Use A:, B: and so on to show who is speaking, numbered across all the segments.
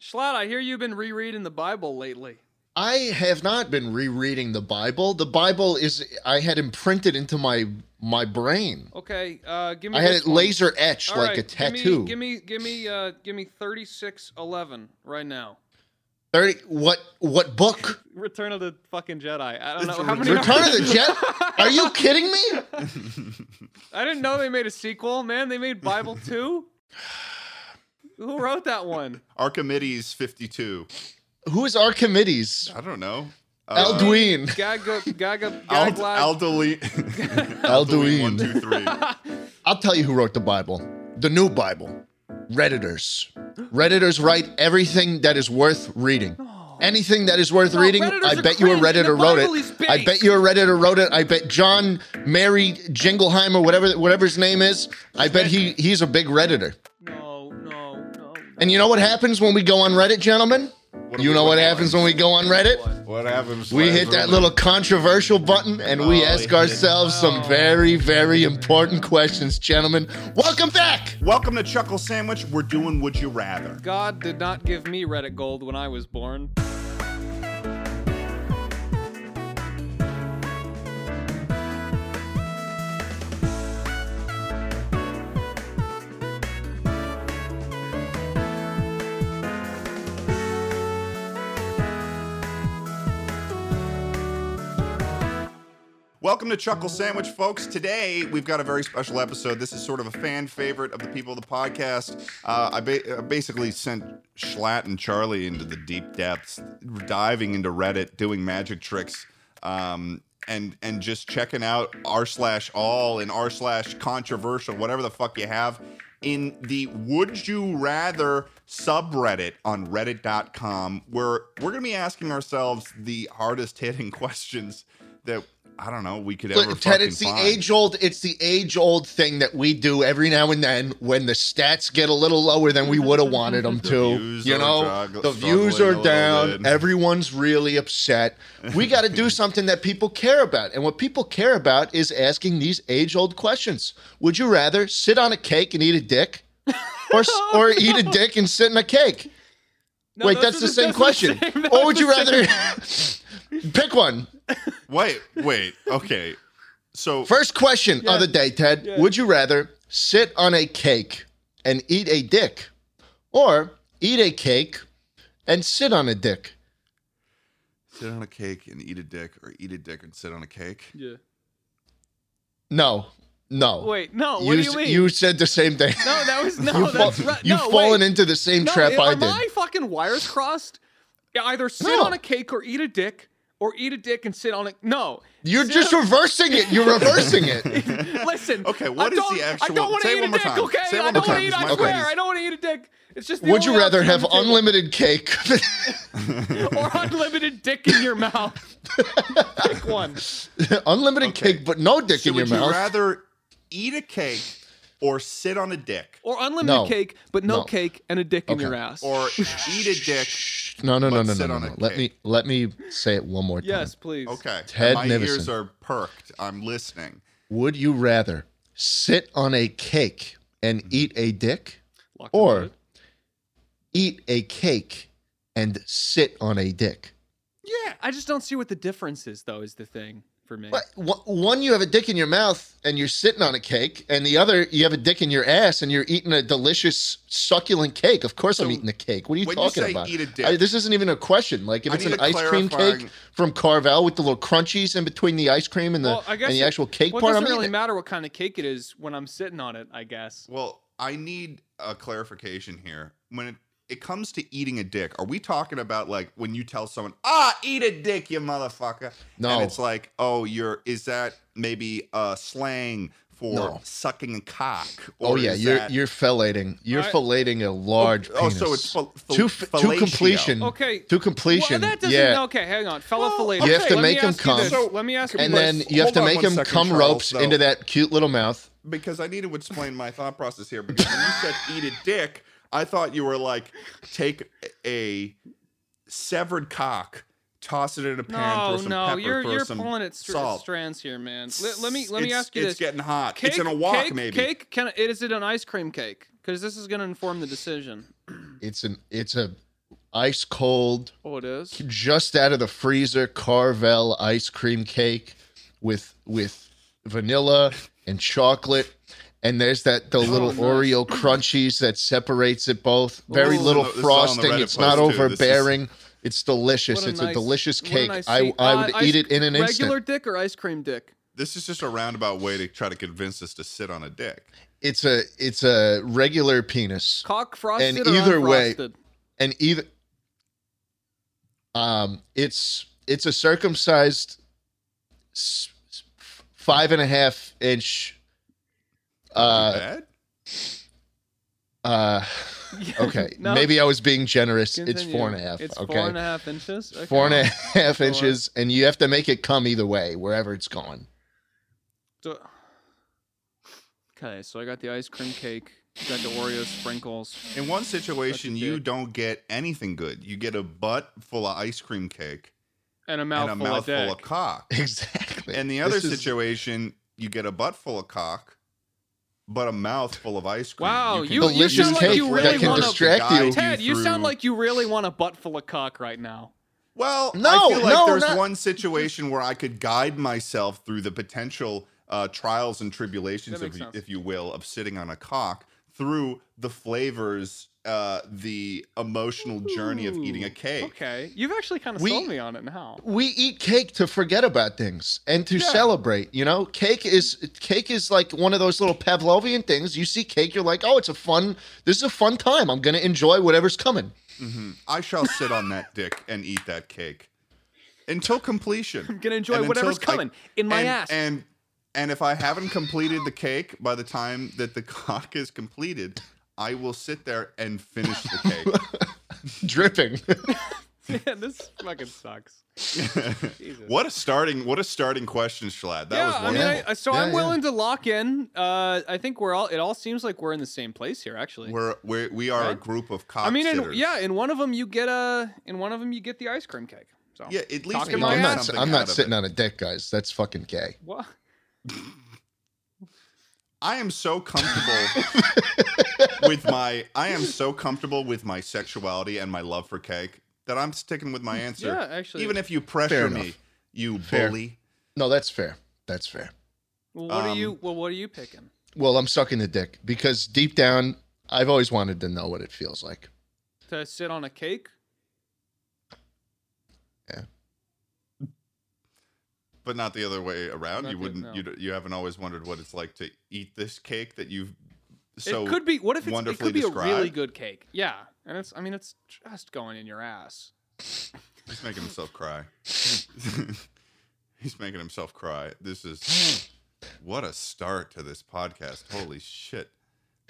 A: Schlatt, I hear you've been rereading the Bible lately.
B: I have not been rereading the Bible. The Bible is I had imprinted into my my brain.
A: Okay, uh, give me.
B: I had
A: this
B: it
A: one.
B: laser etched
A: All
B: like
A: right,
B: a tattoo.
A: Give me, give me, give me, uh, give me thirty-six eleven right now.
B: Thirty. What what book?
A: Return of the fucking Jedi. I don't
C: It's
A: know how many.
B: Return of the Jedi. Are you kidding me?
A: I didn't know they made a sequel. Man, they made Bible two. Who wrote that one?
C: Our committee's 52.
B: Who is our committees?
C: I don't know. Uh,
B: Eldween.
A: Gaga, Gaga,
C: I'll,
A: Gaga.
C: I'll delete. I'll delete one, two, three.
B: I'll tell you who wrote the Bible. The new Bible. Redditors. Redditors write everything that is worth reading. Anything that is worth
A: No,
B: reading,
A: Oh. Redditors
B: I
A: are
B: bet you a
A: cringe, and the
B: Redditor wrote
A: Bible is
B: it. I
A: big.
B: bet you a Redditor wrote it. I bet John Mary Jingleheimer, whatever whatever his name is, I bet he he's a big Redditor.
A: no, no, no.
B: And you know what happens when we go on Reddit, gentlemen?
C: What do
B: You
C: we
B: know
C: look
B: what
C: at?
B: happens when we go on Reddit?
C: What happens?
B: We
C: when
B: hit that little controversial button and we
D: Oh,
B: ask
D: yeah.
B: ourselves some very, very important questions, gentlemen. Welcome back!
C: Welcome to Chuckle Sandwich. We're doing Would You Rather.
A: God did not give me Reddit gold when I was born.
C: Welcome to Chuckle Sandwich, folks. Today we've got a very special episode. This is sort of a fan favorite of the people of the podcast. Uh, I, ba- I basically sent Schlatt and Charlie into the deep depths, diving into Reddit, doing magic tricks, um, and and just checking out r slash all and r slash controversial, whatever the fuck you have, in the Would You Rather subreddit on Reddit.com, where we're gonna be asking ourselves the hardest hitting questions that I don't know we could ever
B: Look, Ted,
C: fucking
B: it's the
C: find.
B: age old it's the age old thing that we do every now and then when the stats get a little lower than we would have wanted them to.
C: views
B: You
C: are
B: know,
C: jugg-
B: the views are
C: struggling a little
B: down,
C: bit.
B: everyone's really upset. We got to do something that people care about. And what people care about is asking these age old questions. Would you rather sit on a cake and eat a dick? Or, s or eat a dick and sit in a cake.
A: No,
B: Wait,
A: those
B: that's
A: are
B: the same
A: that's
B: question.
A: same- that's
B: or would
A: the
B: you
A: same-
B: rather pick one?
C: Wait, wait, okay. So
B: First question of the day, Ted. Would you rather sit on a cake and eat a dick or eat a cake and sit on a dick?
C: sit on a cake and eat a dick, or eat a dick and sit on a cake.
A: Yeah.
B: No. No.
A: Wait, no.
B: you,
A: What
B: s-
A: do you mean?
B: you said the same thing.
A: no, that was no.
B: You've,
A: that's
B: fall-
A: right.
B: you've
A: no,
B: fallen
A: wait.
B: into the same
A: no,
B: trap
A: am
B: I did.
A: my fucking wires crossed? Yeah, Either sit
B: No.
A: on a cake or eat a dick, or eat a dick and sit on a no.
B: You're
A: Sit
B: just
A: on-
B: reversing it. You're reversing it.
A: listen.
C: Okay,
A: I
C: what is
A: don't-
C: the
A: I
C: actual-
A: don't want to
C: say it
A: eat
C: one
A: a
C: more
A: dick.
C: time.
A: Okay,
C: Say it
A: I
C: one
A: don't
C: more
A: want to
C: time,
A: eat.
C: 'cause
A: I swear,
C: my brain is-
A: I don't want to eat a dick. It's just. The
B: Would you
A: only
B: rather
A: option
B: have
A: on the table.
B: unlimited cake?
A: or unlimited dick in your mouth? Pick one.
B: unlimited
C: Okay.
B: cake, but no dick
C: So
B: in your
C: would you
B: mouth.
C: rather eat a cake or sit on a dick,
A: Or unlimited
B: No.
A: cake, but no,
B: No.
A: cake and a dick in
B: Okay.
A: your ass.
C: or eat a dick?
B: no, no, no, no,
C: but
B: no,
C: sit
B: no.
C: on a
B: no. Let me
C: cake?
B: let me say it one more time.
A: yes, please.
C: Okay,
B: Ted
C: my ears
B: Nivison.
C: are perked. I'm listening.
B: Would you rather sit on a cake and eat a dick
A: Lock and
B: or
A: load.
B: eat a cake and sit on a dick?
C: Yeah,
A: I just don't see what the difference is, though. Is the thing for me?
B: But wh- one, you have a dick in your mouth and you're sitting on a cake, and the other, you have a dick in your ass and you're eating a delicious, succulent cake. Of course, I'm eating a cake. What are you
C: when you
B: talking
C: say
B: about?
C: eat a dick-
B: I- this isn't even a question. Like if
C: I
B: it's
C: need
B: an
C: a
B: ice cream
C: clarifying-
B: cake from Carvel with the little crunchies in between the ice cream and the
A: Well, I guess
B: and the
A: it-
B: actual cake
A: well,
B: part, eh,
A: it
B: I'm
A: doesn't really
B: eating. it.
A: matter what kind of cake it is when I'm sitting on it. I guess.
C: Well, I need a clarification here. When it, it comes to eating a dick, are we talking about like when you tell someone, ah, eat a dick, you motherfucker?
B: No.
C: And it's like, oh, you're, is that maybe uh, slang for
B: No.
C: sucking a cock?
B: Oh yeah,
C: is
B: you're
C: that-
B: you're filleting. You're
A: I-
B: filleting a large
C: Oh,
B: penis.
C: so it's fil- fil-
B: to, f- to
C: fellatio.
B: completion.
A: Okay.
B: To completion.
A: Well, that doesn't.
B: Mm. yeah.
A: Okay, hang on, fellow
C: Well,
A: fillet.
C: You
B: have to
A: Let me
B: make 'em
A: ask you
B: come.
A: this.
C: So-
A: Let me ask you
B: And
A: this.
B: then you have
C: Hold
B: to
C: on
B: make
C: one
B: them
C: second,
B: come
C: Charles,
B: ropes
C: though.
B: into that cute little mouth.
C: because I needed to explain my thought process here. Because when you said eat a dick, I thought you were like take a severed cock, toss it in a pan,
A: no,
C: throw some
A: no,
C: pepper,
A: you're
C: throw
A: you're
C: some
A: pulling at str-
C: salt.
A: strands here, man. Let, let me let me
C: It's-
A: ask you
C: it's
A: this.
C: getting hot.
A: Cake,
C: it's in a walk,
A: cake,
C: maybe.
A: Cake? Can it is it an ice cream cake? Because this is going to inform the decision.
B: It's an it's a ice cold,
A: Oh, it is.
B: just out of the freezer Carvel ice cream cake with with vanilla and chocolate. And there's that the
C: Oh,
B: little
A: nice.
B: Oreo crunchies that separates it both. Very
A: Ooh.
B: little
C: This is on the
B: frosting.
C: Reddit
B: It's not
C: post, too. This is-
B: overbearing. It's delicious.
A: What a
B: It's a
A: nice-
B: delicious
A: what a
B: cake.
A: nice
B: I,
A: seat.
B: I
A: Uh,
B: would
A: ice-
B: eat it in an
A: Regular
B: instant.
A: dick or ice cream dick?
C: This is just a roundabout way to try to convince us to sit on a dick.
B: It's a it's a regular penis.
A: Cock frosted
B: And
A: or
B: either way-
A: unfrosted?
B: and even um it's it's a circumcised s- s- five and a half inch uh
C: Bad?
B: uh okay
A: No,
B: maybe i was being generous it's
A: continue.
B: four and a half
A: It's
B: okay
A: four and a half inches. Okay.
B: Four and a half inches and you have to make it come either way wherever it's going
A: So- okay, so I got the ice cream cake. Got the Oreo sprinkles.
C: In one situation,
A: Such a
C: you
A: dick.
C: don't get anything good. You get a butt full of ice cream cake
A: And a mouthful,
C: and a mouthful
A: of
C: of,
A: dick.
C: cock.
B: exactly
C: In the other
B: This is-
C: situation, you get a butt full of cock, but a mouth full of ice cream.
A: Wow,
C: can
A: you-
C: go-
A: you Delicious sound like
C: can
A: you
C: go
A: really
C: that can
A: wanna
B: distract
C: guide
B: you.
A: Ted, you sound
C: through-
A: like you really want a butt full of cock right now.
C: Well,
B: No,
C: I feel like
B: no,
C: there's
B: not-
C: one situation where I could guide myself through the potential uh, trials and tribulations,
A: That makes
C: if you,
A: sense.
C: if you will, of sitting on a cock through the flavors, uh, the emotional journey of eating a
A: Ooh,
C: cake.
A: Okay, you've actually kind of
B: We-
A: sold me on it now.
B: we eat cake to forget about things and to
C: Yeah.
B: celebrate you know cake is cake is like one of those little pavlovian things you see cake you're like oh it's a fun this is a fun time i'm gonna enjoy whatever's coming
C: Mhm. I shall sit on that dick and eat that cake until completion.
A: I'm gonna enjoy
C: And until
A: whatever's
C: I-
A: coming in my
C: and,
A: ass.
C: And and if I haven't completed the cake by the time that the cock is completed, I will sit there and finish the
B: dripping
A: Yeah, this fucking sucks.
C: cake.
A: Jesus.
C: what a starting what a starting question, Schlatt. That
A: yeah,
C: was
A: I mean,
C: wonderful.
A: I, I- so
B: Yeah,
A: I'm
B: yeah.
A: willing to lock in. Uh, I think we're all. It all seems like we're in the same place here, actually.
C: we're, we're we are a
A: Right?
C: group of cock
A: I mean, in,
C: sitters.
A: yeah, in one of them you get a, in one of them you get the ice cream cake. So
C: Yeah, at least
A: Cock
C: we
A: in
C: got
A: my
B: i'm
A: ass.
B: not
C: something
B: i'm
C: out
B: not
C: of
B: sitting
C: it.
B: on a dick guys that's fucking gay
A: What?
C: I am so comfortable with my I am so comfortable with my sexuality and my love for cake that I'm sticking with my answer.
A: Yeah, actually.
C: Even if you pressure me,
B: enough.
C: you
B: Fair.
C: bully.
B: no that's fair that's fair
A: well, what are
C: um,
A: you? Well, what are you picking?
B: well i'm sucking the dick because deep down i've always wanted to know what it feels like
A: To sit on a cake?
C: But not the other way around.
A: Not
C: you
A: the-
C: wouldn't.
A: no.
C: You d- you haven't always wondered what it's like to eat this cake that you've so
A: it could be. What if it's, it
C: wonderfully
A: could be a really
C: described.
A: good cake? Yeah, and it's. I mean, it's just going in your ass.
C: he's making himself cry. he's making himself cry. This is what a start to this podcast. Holy shit!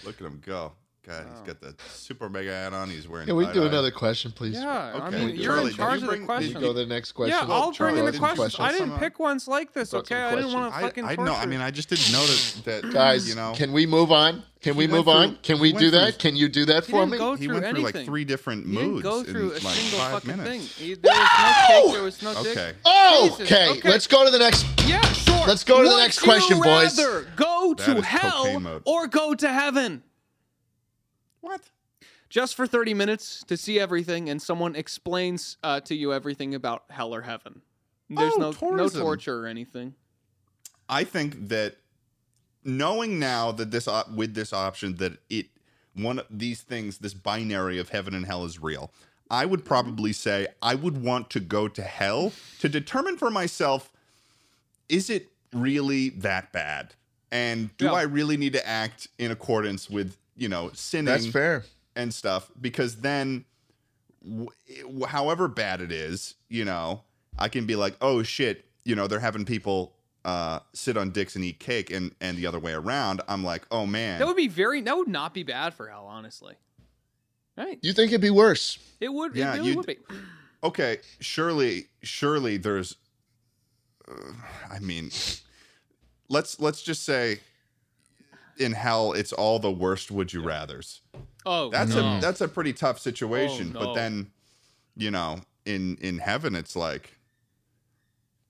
C: Look at him go. God, he's
A: Wow.
C: got the super mega hat on. He's wearing.
B: can we do
C: tie-dye.
B: another question please
A: Yeah, I
C: Okay.
A: mean, you're
C: Charlie,
A: in
C: did you
A: charge of the
B: Did
C: bring- did
A: question.
B: you go to the next question?
A: yeah, I'll bring in
C: Charlie,
A: the
C: didn't uh,
A: questions.
C: questions.
A: I didn't
C: Someone-
A: pick ones like this.
B: Got
A: Okay,
B: some
A: I didn't
B: questions.
A: want to
C: I,
A: fucking.
C: I know. I
A: torture.
C: mean, I just didn't know that. that
B: Guys,
C: you know,
B: can we move on? Can we
C: He went
B: move on?
C: through-
B: Can
C: he
B: we
C: went
B: do
C: through-
B: that? Can you do that
A: He
B: for
A: didn't
B: me?
A: go
C: he
A: through
C: went through
A: anything.
C: like three different
A: You didn't
C: moods
A: go through
C: in
A: a
C: like
A: single
C: five
A: fucking
C: minutes.
A: thing. He- There was no cake. There was no dick.
C: Okay.
B: Oh,
A: Jesus,
B: okay.
A: okay.
B: Let's go to the next.
A: Yeah, sure.
B: Let's go to the
A: Would
B: next
A: you
B: question, boys.
A: rather Go
C: That
A: to
C: is cocaine
A: hell
C: mode.
A: or go to heaven?
C: What?
A: Just for 30 minutes to see everything, and someone explains uh, to you everything about hell or heaven. There's
C: Oh,
A: no
C: tourism.
A: no torture or anything.
C: I think that knowing now that this op- with this option that it one of these things this binary of heaven and hell is real. I would probably say I would want to go to hell to determine for myself is it really that bad? And do
A: Yeah.
C: I really need to act in accordance with, you know, sinning
B: That's fair.
C: and stuff because then w- it- however bad it is you know i can be like oh shit you know they're having people uh sit on dicks and eat cake and and the other way around i'm like oh man
A: That would be very. That would not be bad for hell, honestly. Right?
B: You think it'd be worse?
A: It would.
C: Yeah,
A: it really
C: you'd-
A: would be.
C: okay surely surely there's uh, i mean let's let's just say in hell it's all the worst would you rathers
A: Oh,
C: that's
A: no.
C: a that's a pretty tough situation
A: Oh,
C: but
A: no.
C: then you know in in heaven it's like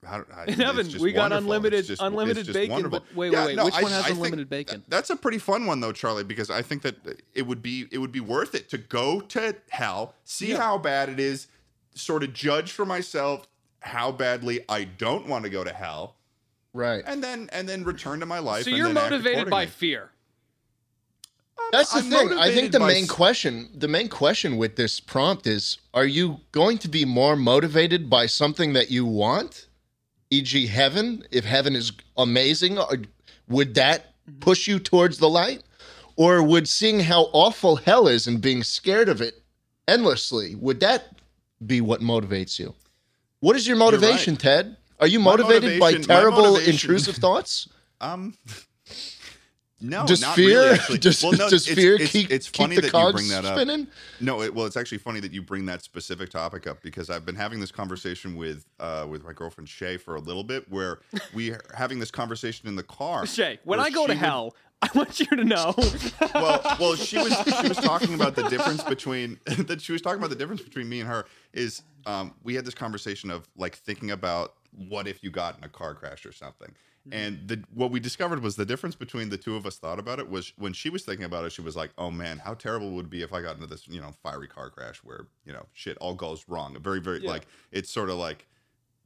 C: how, I,
A: And
C: it's
A: Evan,
C: just
A: we got
C: wonderful.
A: unlimited-
C: It's just-
A: unlimited
C: it's just
A: bacon,
C: wonderful.
A: but wait, wait, wait, which one has unlimited bacon?
C: That's a pretty fun one though, Charlie, because I think that it would be it would be worth it to go to hell, see
A: Yeah.
C: how bad it is, sort of judge for myself how badly I don't want to go to hell,
B: Right.
C: and then and then return to my life.
A: So
C: and
A: you're
C: then act
A: motivated by
C: accordingly.
A: fear.
C: Um,
B: That's the
C: I'm
B: thing. I think
C: motivated
B: the
C: by
B: main
C: s-
B: question, the main question with this prompt is: Are you going to be more motivated by something that you want, e.g., heaven? If heaven is amazing, or would that
C: Mm-hmm.
B: push you towards the light, or would seeing how awful hell is and being scared of it endlessly would that be what motivates you? What is your
C: right.
B: motivation, Ted? Are you motivated by
C: motivation- my
B: terrible,
C: motivation-
B: intrusive thoughts?
C: Um, no,
B: does
C: not
B: fear?
C: really, actually.
B: does,
C: well, no,
B: does
C: it's,
B: fear
C: it's,
B: keep,
C: it's
B: keep
C: funny
B: the
C: that you
B: cogs
C: bring that up.
B: spinning?
C: No, it, well, it's actually funny that you bring that specific topic up because I've been having this conversation with uh, with my girlfriend Shay for a little bit, where we are having this conversation in the car.
A: Shay, when
C: where
A: I go
C: she
A: to
C: would-
A: hell, I want you to know.
C: well, well, she was she was talking about the difference between that she was talking about the difference between me and her is um, we had this conversation of like thinking about what if you got in a car crash or something. And the, what we discovered was the difference between the two of us thought about it was when she was thinking about it, she was like, "Oh man, how terrible it would be if I got into this, you know, fiery car crash where you know shit all goes wrong." A very, very
A: Yeah.
C: like it's sort of like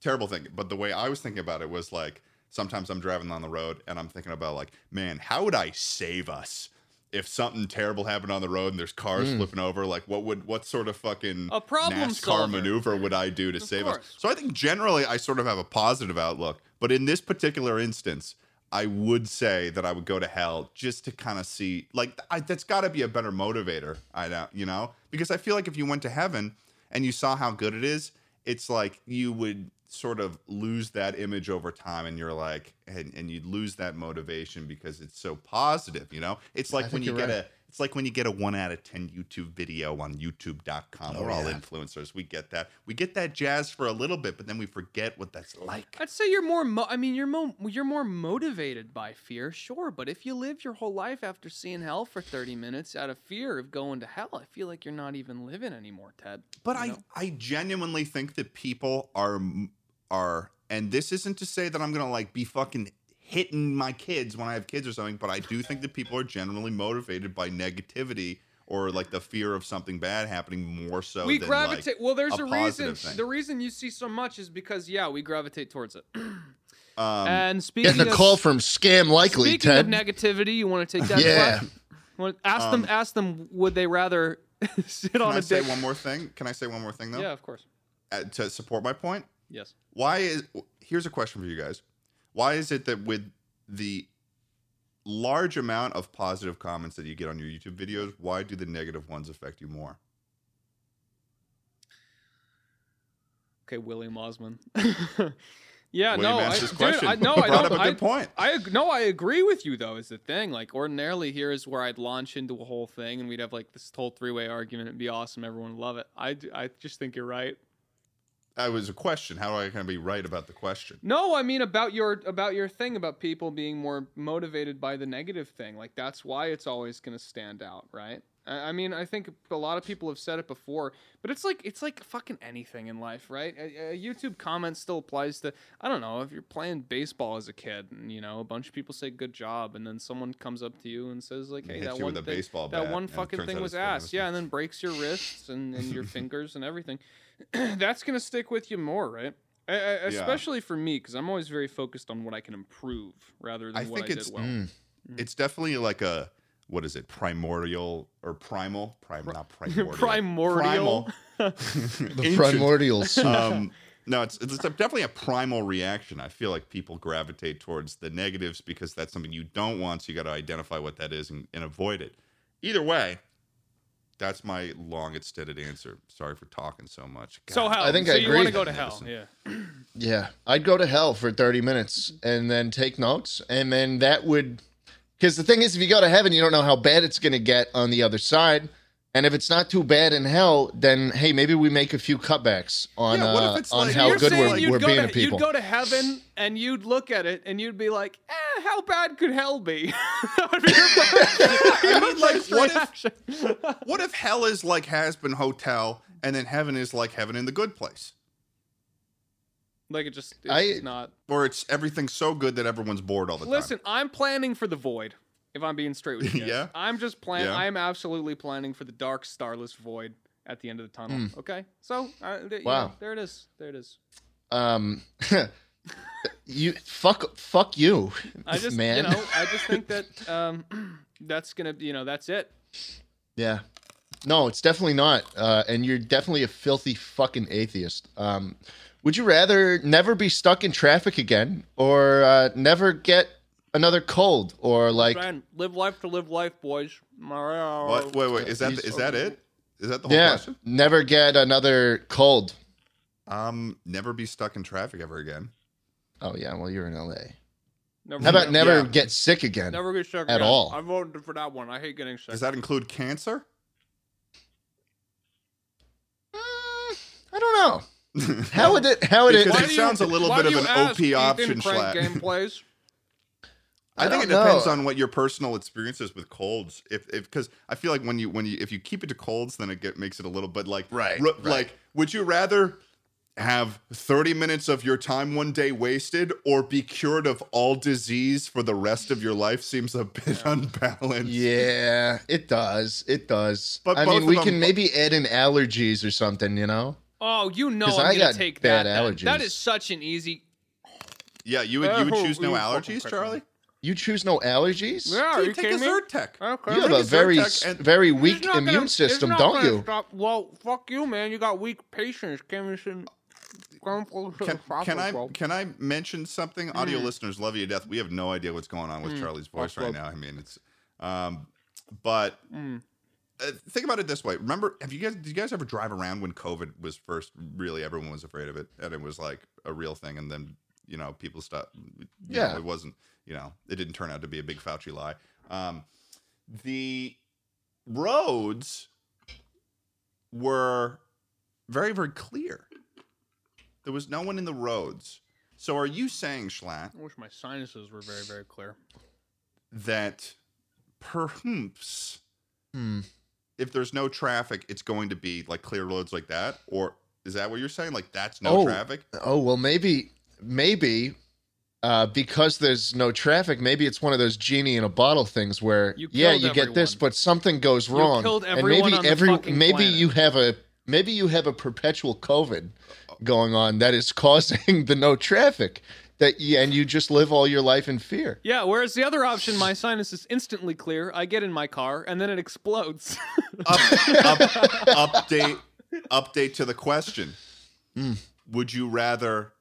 C: terrible thing. But the way I was thinking about it was like sometimes I'm driving down the road and I'm thinking about like, man, how would I save us if something terrible happened on the road and there's cars flipping over? Like, what would what sort of fucking
A: Hmm. A problem
C: NASCAR
A: solver.
C: maneuver would I do to save us?
A: course.
C: So I think generally I sort of have a positive outlook, but in this particular instance. I would say that I would go to hell just to kind of see, like, I, that's got to be a better motivator. I don't, you know, because I feel like if you went to heaven and you saw how good it is, it's like you would sort of lose that image over time and you're like and, and you'd lose that motivation because it's so positive you know it's like when
B: think
C: you
B: you're
C: get
B: right.
C: a it's like when you get a one out of ten youtube video on youtube.com we're all
B: Oh, yeah.
C: influencers we get that we get that jazz for a little bit but then we forget what that's like
A: I'd say you're more. Mo- I mean, you're mo- you're more motivated by fear, sure. But if you live your whole life after seeing hell for 30 minutes out of fear of going to hell, I feel like you're not even living anymore, Ted.
C: But
A: you
C: I,
A: know?
C: I genuinely think that people are m- are, and this isn't to say that I'm gonna like be fucking hitting my kids when I have kids or something. But I do think that people are generally motivated by negativity or like the fear of something bad happening more so.
A: we
C: than,
A: gravitate.
C: Like,
A: well, there's a,
C: a
A: reason.
C: positive thing.
A: The reason you see so much is because yeah, we gravitate towards it.
C: um,
A: and speaking
B: Getting a
A: of,
B: call from Scam Likely,
A: speaking
B: Ted.
A: of negativity, you want to take that?
B: Yeah.
A: Vlad? Want- ask them. Ask them. Would they rather sit
C: Um, can
A: on a
C: I say
A: dick?
C: one more thing? Can I say one more thing though?
A: Yeah, of course.
C: Uh, to support my point.
A: Yes.
C: why is here's a question for you guys why is it that with the large amount of positive comments that you get on your youtube videos why do the negative ones affect you more
A: Okay, William Osman. yeah,
C: william
A: no, I,
C: asked this
A: dude,
C: question
A: I, no, I
C: brought
A: don't.
C: up a
A: I,
C: good point
A: I ag- no, I agree with you though. Is the thing like ordinarily here is where I'd launch into a whole thing and we'd have like this whole three way argument. It'd be awesome. Everyone would love it. I, d- I just think you're right.
C: that was a question how am i going to be right about the question
A: No, I mean about your about your thing about people being more motivated by the negative thing. Like that's why it's always going to stand out, right? I I mean, I think a lot of people have said it before, but it's like it's like fucking anything in life, right? A, a YouTube comment still applies to I don't know if you're playing baseball as a kid, and you know a bunch of people say good job, and then someone comes up to you and says like,
C: And
A: hey,
C: hits
A: that
C: you
A: one
C: with a
A: thing-
C: baseball
A: that
C: bat,
A: one
C: and it
A: fucking
C: turns
A: thing
C: out
A: was
C: it's fucking
A: ass, yeah, and then breaks your wrists and, and your fingers and everything. that's gonna stick with you more, right? I, I, especially for me, because I'm always very focused on what I can improve rather than
C: I
A: what
C: think
A: I
C: it's-
A: did well.
B: Mm.
C: it's definitely like a what is it primordial or primal prime not primordial
A: Primordial.
C: mm, primal
B: The
C: Ancient.
B: primordials.
C: um, no, it's, it's definitely a primal reaction. I feel like people gravitate towards the negatives because that's something you don't want. So you got to identify what that is and, and avoid it. Either way, that's my long extended answer. Sorry for talking so much.
A: So
C: God. Uh,
A: hell,
B: I think
A: so
B: I
A: you want to
B: agree.
A: go to hell? Yeah.
C: Magnificent.
B: yeah, I'd go to hell for 30 minutes and then take notes, and then that would. Because the thing is, if you go to heaven, you don't know how bad it's going to get on the other side. And if it's not too bad in hell, then hey, maybe we make a few cutbacks on
C: Yeah, what if
B: uh,
C: it's
B: on
C: like-
B: how
A: You're
C: You're
B: good
A: saying
B: we're,
A: you'd
B: we're
A: go
B: being
A: to,
B: to people.
A: You'd go to heaven and you'd look at it and you'd be like, eh, how bad could hell be? that would be your,
C: I mean, like,
A: first
C: what if
A: reaction.
C: What if hell is like has been hotel and then heaven is like heaven in the good place?
A: Like it just it's
B: I-
A: not.
C: Or it's everything's so good that everyone's bored all the time.
A: Listen, I'm planning for the void. If I'm being straight with you, guys.
C: Yeah?
A: I'm just planning.
C: Yeah.
A: I am absolutely planning for the dark, starless void at the end of the tunnel.
C: Hmm.
A: Okay, so uh, th- you
B: Wow.
A: know, there it is. There it is.
B: Um, you fuck, fuck you,
A: I just,
B: man.
A: you know, I just think that um, that's gonna, you know, that's it.
B: Yeah. No, it's definitely not. Uh, and you're definitely a filthy fucking atheist. Um, would you rather never be stuck in traffic again or uh, never get another cold or like
A: Trying live life to live life, boys.
C: What? Wait,
A: oh,
C: wait. Is that is that it? Is that the whole
B: yeah,
C: question?
B: never get another cold?
C: Um, never be stuck in traffic ever again.
B: Oh yeah, well you're in LA.
A: Never
B: How about
A: get-
B: never
C: Yeah.
B: get sick again?
A: Never get sick
B: at
A: again.
B: all.
A: I voted for that one. I hate getting sick.
C: Does that include cancer?
B: Mm, I don't know.
C: How
B: How would it? How would it?
C: Because
A: Why
C: it
A: do
C: sounds a little
A: why
C: bit
A: do
C: of
A: you
C: an
A: ask,
C: OP
A: Ethan
C: option,
A: Crank
C: Schlatt.
A: gameplays.
C: I,
B: I
C: think it
B: don't
C: depends
B: know.
C: on what your personal experience is with colds. If if because I feel like when you when you if you keep it to colds, then it get, makes it a little bit like
B: Right,
C: ru-
B: right.
C: like would you rather have 30 minutes of your time one day wasted or be cured of all disease for the rest of your life seems a bit unbalanced.
B: Yeah, it does. It does.
C: But
B: I
C: both
B: mean, we
C: of them-
B: can maybe add in allergies or something. You know?
A: Oh, you know
B: 'Cause
A: I'm
B: I
A: gonna
B: got
A: take
B: bad
A: that. then. That
B: allergies.
A: is such an easy.
C: Yeah, you would you would
A: Oh,
C: choose no
A: you fucking
C: allergies,
A: prick.
C: Charlie?
B: You choose no allergies?
A: Yeah, are
C: Dude,
A: you
C: take a
A: kidding me?
C: Zyrtec.
A: Okay.
B: You have
C: Bring
B: a
C: us
B: very
C: Zyrtec
B: s-
C: and-
B: very
A: It's
B: weak
A: not
B: immune
A: gonna- it's
B: system,
A: not
B: don't
A: gonna
B: you?
A: stop- Well, fuck you, man. You got weak patience, Kimmison.
C: Can, can I can I mention
A: Mm.
C: something? Audio listeners love you to death. We have no idea what's going on with Charlie's voice
A: Fuck
C: right
A: love.
C: now. I mean, it's um, but
A: mm,
C: uh, think about it this way. Remember, have you guys did you guys ever drive around when COVID was first? Really, everyone was afraid of it, and it was like a real thing. And then you know, people stopped. you know,
B: Yeah.
C: it wasn't. You know, it didn't turn out to be a big Fauci lie. Um, the roads were very very clear. There was no one in the roads. So are you saying, Schlatt,
A: I wish my sinuses were very, very clear.
C: that perhaps
B: Hmm.
C: if there's no traffic, it's going to be like clear roads like that? Or is that what you're saying? Like that's no
B: Oh.
C: traffic?
B: Oh well, maybe maybe uh, because there's no traffic, maybe it's one of those genie in a bottle things where
A: You
B: yeah,
A: killed
B: you get this,
A: everyone.
B: but something goes
A: You
B: wrong,
A: killed
B: and
A: everyone
B: maybe
A: on the
B: every
A: fucking
B: maybe
A: planet.
B: you have a maybe you have a perpetual COVID going on that is causing the no traffic that yeah, and you just live all your life in fear.
A: Yeah, whereas the other option, my sinus is instantly clear. I get in my car and then it explodes.
C: Up, up, update update to the question. Hmm, Would you rather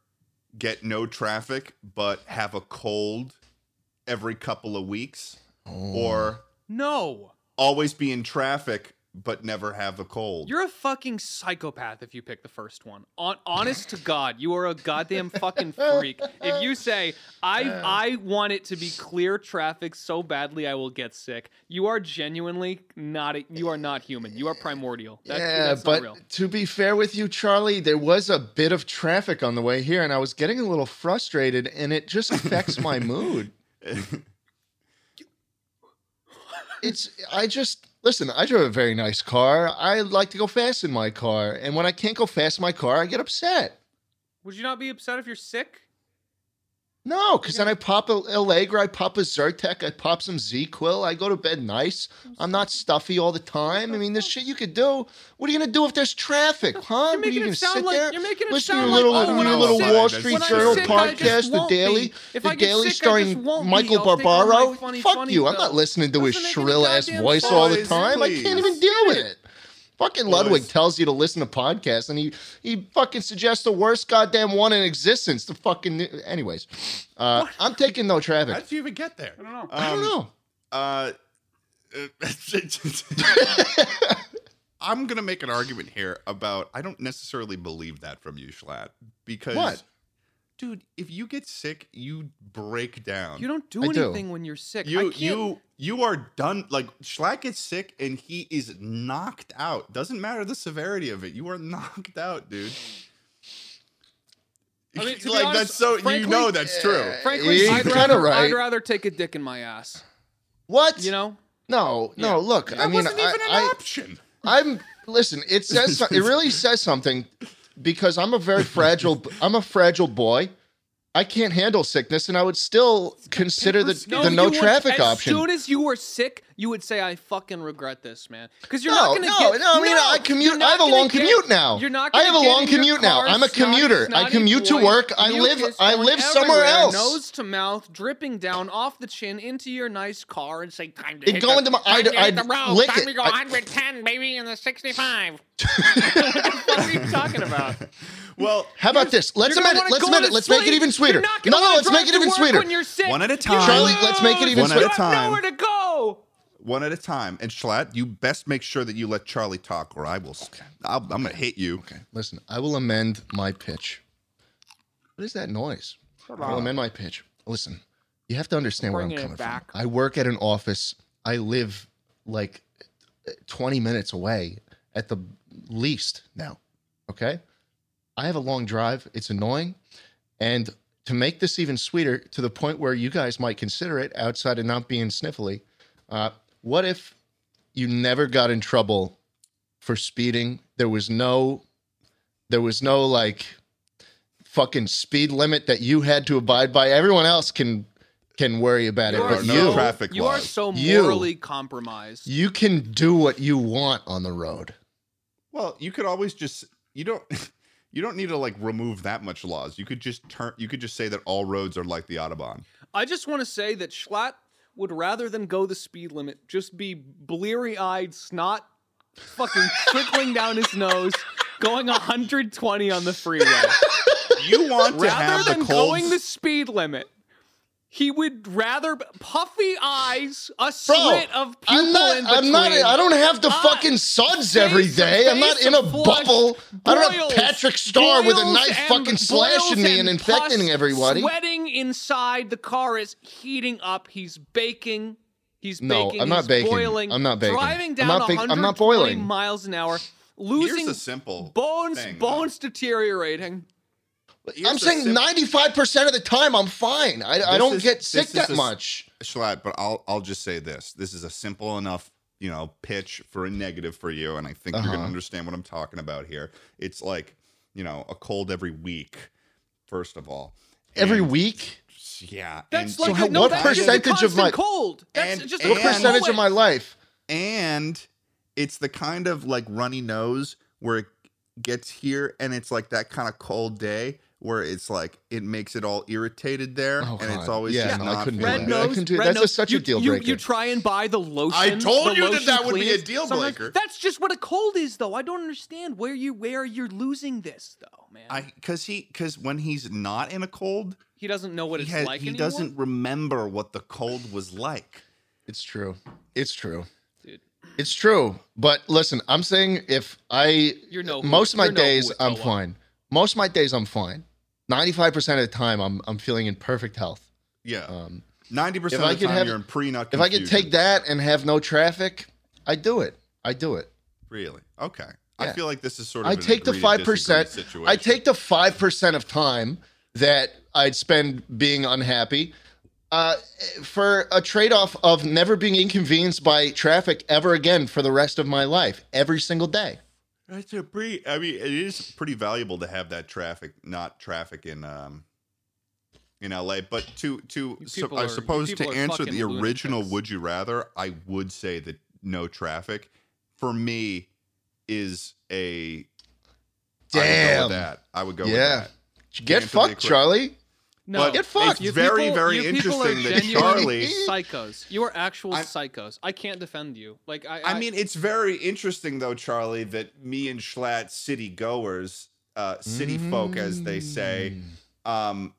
C: get no traffic but have a cold every couple of weeks?
B: Hmm.
C: Or
A: no,
C: always be in traffic but never have a cold.
A: you're a fucking psychopath if you pick the first one. On, honest to God, you are a goddamn fucking freak. If you say I I want it to be clear traffic so badly I will get sick, you are genuinely not. A, you are not human. You are primordial. That,
B: yeah,
A: that's
B: but
A: not real.
B: to be fair with you, Charlie, there was a bit of traffic on the way here, and I was getting a little frustrated, and it just affects my mood. It's I just listen. I drive a very nice car. I like to go fast in my car, and when I can't go fast in my car, I get upset.
A: Would you not be upset if you're sick?
B: No, because then I pop a Allegra, I pop a Zyrtec, I pop some Z-Quil, I go to bed nice. I'm not stuffy all the time. I mean, there's shit you could do. What are you gonna do if there's traffic, huh?
A: You're
B: What, are you
A: making
B: gonna
A: it
B: sit
A: sound like
B: there?
A: you're making it
B: Listen to
A: sound
B: your little,
A: like oh, when
B: your
A: I'm
B: little
A: sick,
B: Wall
A: I-
B: Street
A: when I'm
B: Journal
A: sick, I just
B: podcast, The
A: won't
B: Daily,
A: be. If
B: The
A: I get
B: Daily
A: sick, I just
B: starring
A: won't be.
B: Michael
A: I'll take all my
B: Barbaro.
A: funny,
B: Fuck
A: funny
B: you! I'm
A: pills.
B: not listening to his
A: Doesn't make any
B: shrill ass
A: goddamn
B: voice all the
C: sense.
B: time. I
C: Please.
B: can't even deal with it. Fucking Ludwig
C: Boys.
B: tells you to listen to podcasts, and he he fucking suggests the worst goddamn one in existence. The fucking anyways, uh, I'm taking no traffic.
C: How did you even get there? Um, I
A: don't know.
B: I don't know.
C: Uh, I'm gonna make an argument here about I don't necessarily believe that from you, Schlatt, because
B: What?
C: dude, if you get sick, you break down.
A: You don't do
B: I do.
A: anything when you're sick. I
C: You
A: can't-
C: you you are done. Like Schlatt gets sick and he is knocked out. Doesn't matter the severity of it. You are knocked out, dude.
A: I mean, to be
C: like
A: honest,
C: that's so you
A: frankly- eh,
C: know that's true.
A: Frankly,
B: You're
A: I'd
B: kinda
A: rather,
B: right.
A: I'd rather take a dick in my ass.
B: What?
A: You know?
B: No, no. Look, I
C: That
B: mean,
C: wasn't even
B: I,
C: an
B: I,
C: option.
B: I'm listen. It says so- it really says something because I'm a very fragile. I'm a fragile boy. I can't handle sickness, and I would still consider the
A: No,
B: the no
A: you would-
B: traffic option.
A: As soon as you were sick, you would say, "I fucking regret this, man,ff Because you're
B: no,
A: not gonna
B: no,
A: get.
B: no. I mean, I commute.
A: you're
B: I have a
A: not
B: long
A: gonna
B: commute
A: get-
B: now.
A: You're not. Gonna
B: I have a
A: get
B: long
A: in your
B: commute now.
A: car,
B: I'm a
A: snotty,
B: commuter. I
A: snotty
B: commute to
A: boy,
B: work. I
A: mucus
B: live. I
A: going
B: live somewhere
A: everywhere,
B: else.
A: Nose to mouth, dripping down off the chin into your nice car, and say, "Time to
B: It'd
A: hit
B: go
A: the,
B: into my-
A: time
B: I'd-
A: to hit
B: I'd
A: the road.
B: lick
A: time
B: it.
A: to go
B: I'd-
A: 110, baby, in the 65." what the fuck are you talking about?
C: Well,
B: How about this? Let's
A: You're gonna
B: amend it.
A: wanna
B: Let's
A: go
B: amend
A: to
B: it. Let's
A: sleep.
B: make it even sweeter.
A: You're
B: No,
A: not gonna
B: no.
A: wanna
B: Let's
A: drive
B: make it
A: to
B: even
A: work
B: sweeter.
A: When you're sick.
C: One at a
A: You
C: time.
B: Charlie, let's make it even
A: lose.
C: sweeter.
A: You have nowhere to go.
C: one at a time. And Schlatt, you best make sure that you let Charlie talk, or I will. I'll, I'm gonna hit you.
B: Okay, listen, I will amend my pitch. What is that noise? I will amend my pitch. Listen, you have to understand where I'm
A: Bringing it
B: coming from.
A: back.
B: I work at an office. I live like 20 minutes away at the least now. Okay? I have a long drive. It's annoying. And to make this even sweeter, to the point where you guys might consider it outside of not being sniffly, uh, what if you never got in trouble for speeding? There was no, there was no like fucking speed limit that you had to abide by. Everyone else can can worry about it,
C: There
B: but
C: are no
B: you
C: traffic
A: you are
C: laws.
A: so
B: You.
A: morally compromised.
B: you can do what you want on the road.
C: Well, you could always just you don't you don't need to like remove that much laws. You could just turn. You could just say that all roads are like the autobahn.
A: I just want to say that Schlatt would rather than go the speed limit, just be bleary eyed, snot fucking trickling down his nose, going 120 on the freeway.
C: You want to
A: rather
C: have the
A: than
C: cold.
A: going the speed limit, he would rather puffy eyes, a
B: Bro,
A: slit of pupil
B: I'm not.
A: in between.
B: I'm not. I don't have the
A: Ah,
B: fucking suds every
A: face-
B: day. I'm not
A: face
B: in a
A: flushed,
B: bubble. I don't have
A: boils,
B: Patrick Starr with a
A: boils
B: knife
A: and-
B: fucking
A: boils
B: slashing me and
A: pus
B: infecting everybody.
A: Sweating inside, the car is heating up. He's baking. He's
B: No,
A: baking.
B: I'm not
A: he's
B: baking.
A: Boiling,
B: I'm not baking.
A: Driving
B: I'm
A: down
B: not bak- I'm
A: 120
B: not boiling.
A: miles an hour,
C: Here's
A: losing
C: the simple
A: bones,
C: thing, though.
A: bones deteriorating.
B: I'm
C: Here's the
B: saying
C: sim-
B: 95 percent of the time I'm fine. I, I
C: This
B: don't
C: is-
B: get
C: this
B: sick
C: is
B: that
C: a s-
B: much.
C: Schlatt, but I'll I'll just say this. This is a simple enough, you know, pitch for a negative for you, and I think you're
B: Uh-huh.
C: gonna understand what I'm talking about here. It's like, you know, a cold every week, first of all.
B: Every
C: And-
B: week.
C: Yeah.
A: That's
C: and-
A: like
B: how-
A: a, no,
B: what
A: that's just a
B: percentage of my-
A: constant cold? That's
C: And-
A: just
C: and-
A: a
B: What
A: constant
B: percentage of
A: cold.
B: my life?
C: and it's the kind of like runny nose where it gets here and it's like that kind of cold day where it's like it makes it all irritated there
B: Oh,
C: and it's
B: God.
C: always
B: Yeah,
C: just
B: no, I
C: not
B: couldn't do
C: feeling
A: Red
C: good.
B: I
A: nose.
B: can do-
A: red
B: that's a-
A: nose.
B: such a
A: you,
B: deal
A: you-
B: breaker.
A: You, try and buy the lotion.
C: I told
A: the
C: you that
A: lotion
C: that would be a
A: cleaners.
C: deal
A: Sometimes-
C: breaker.
A: That's just what a cold is, though. I don't understand where you where you're losing this, though, man.
C: I cuz he cuz when he's not in a cold
A: he doesn't know what
C: he,
A: it's
C: has,
A: like
C: he
A: anymore.
C: doesn't remember what the cold was like.
B: It's true. It's true.
A: Dude.
B: It's true. But listen, I'm saying if I
A: You're no.
B: most of my
A: you're no
B: days I'm
A: Watoa.
B: fine. Most of my days I'm fine. 95% of the time I'm I'm feeling in perfect health.
C: Yeah.
B: Um,
C: 90% of
B: if
C: the
B: I
C: time
B: could have-
C: you're in pre-nut
B: if I could take that and have no traffic, I do it. I do it.
C: Really? Okay. I
B: Yeah.
C: feel like this is sort of
B: I
C: an
B: take the
C: agree to
B: five
C: disagree
B: percent.
C: situation.
B: I take the five percent of time that I'd spend being unhappy uh, for a trade-off of never being inconvenienced by traffic ever again for the rest of my life, every single day.
C: That's a pretty. I mean, it is pretty valuable to have that traffic, not traffic in um in LA. But to to
A: You
C: so,
A: people
C: I
A: are-
C: suppose
A: you
C: to
A: people are
C: answer the
A: fucking
C: original,
A: lunatics.
C: would you rather? I would say that no traffic for me is a I would go
B: Damn.
C: with that I would go.
B: Yeah.
C: With that.
B: Get
C: Came to the
B: fucked,
C: equi-
B: Charlie.
A: No.
C: But
B: Get fucked.
A: You
C: It's very
A: people-
C: very
A: you people are
C: interesting that
A: genuinely
C: Charlie.
A: psychos. You are actual
C: I'm-
A: psychos. I can't defend you. Like I.
C: I mean, it's very interesting though, Charlie, that me and Schlatt, city goers, uh, city folk, as they say,
B: Mm.
C: um,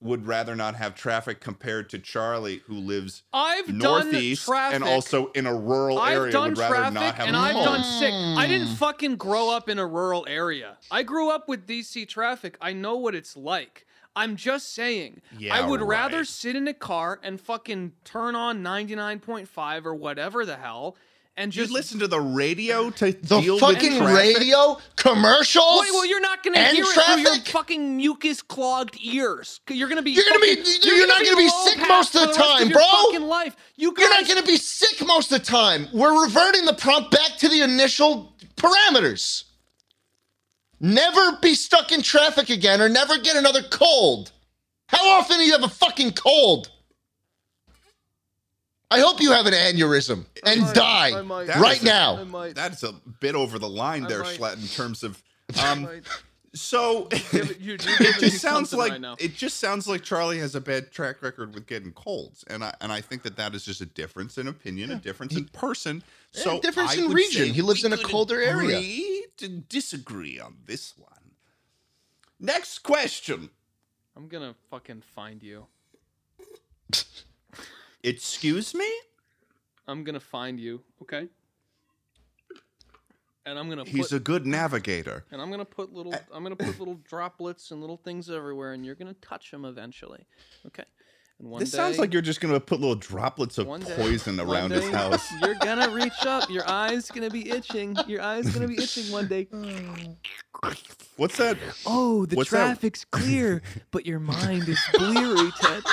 C: would rather not have traffic compared to Charlie, who lives
A: I've
C: northeast
A: done traffic
C: and also in a rural
A: I've
C: area,
A: done
C: would rather
A: traffic
C: not have.
A: and I've
C: homes.
A: done sick. I didn't fucking grow up in a rural area. I grew up with DC traffic. I know what it's like. I'm just saying.
C: Yeah,
A: I would rather
C: right.
A: sit in a car and fucking turn on 99.5 or whatever the hell and
C: You
A: just
C: listen to the radio to
B: The
C: deal with
B: fucking
C: traffic?
B: radio commercials.
A: Wait, well, you're not gonna
B: and
A: hear it through your
B: traffic?
A: fucking mucus clogged ears. You're gonna be
B: You're gonna be-
A: fucking-
B: you're not gonna be
A: low
B: sick
A: pass
B: most of
A: for
B: the
A: rest
B: time,
A: your
B: bro.
A: Fucking life. You
B: You're not
A: guys-
B: going to be sick most of the time. We're reverting the prompt back to the initial parameters. Never be stuck in traffic again or never get another cold. How often do you have a fucking cold? I hope you have an aneurysm and
A: might,
B: die
A: I might.
C: That
B: right
C: is a-
A: I
B: now.
A: might.
C: That's a bit over the line
A: I
C: there,
A: might-
C: Schlatt, in terms of.
A: I
C: Um,
A: might.
C: so
A: Give it- you- you give
C: it
A: me
C: just sounds
A: something
C: like
A: right now.
C: it just sounds like Charlie has a bad track record with getting colds, and I and I think that that is just a difference in opinion, a difference in person. So
B: a difference
C: I
B: in
C: would
B: region.
C: say
B: He lives
C: we
B: in a
C: could
B: colder area.
C: agree To disagree on this one. Next question.
A: I'm gonna fucking find you.
C: Excuse me.
A: I'm gonna find you. Okay. And I'm gonna
C: He's
A: put
C: a good navigator.
A: and I'm gonna put little I'm gonna put little droplets and little things everywhere, and you're gonna touch them eventually. Okay. And one
C: This sounds
A: day-
C: like you're just gonna put little droplets of
A: One day-
C: poison
A: one
C: around his
A: day
C: house.
A: You're gonna reach up. Your eyes gonna be itching. Your eyes gonna be itching one day.
C: What's that?
A: Oh, the
C: What's that?
A: traffic's clear, but your mind is bleary, Ted.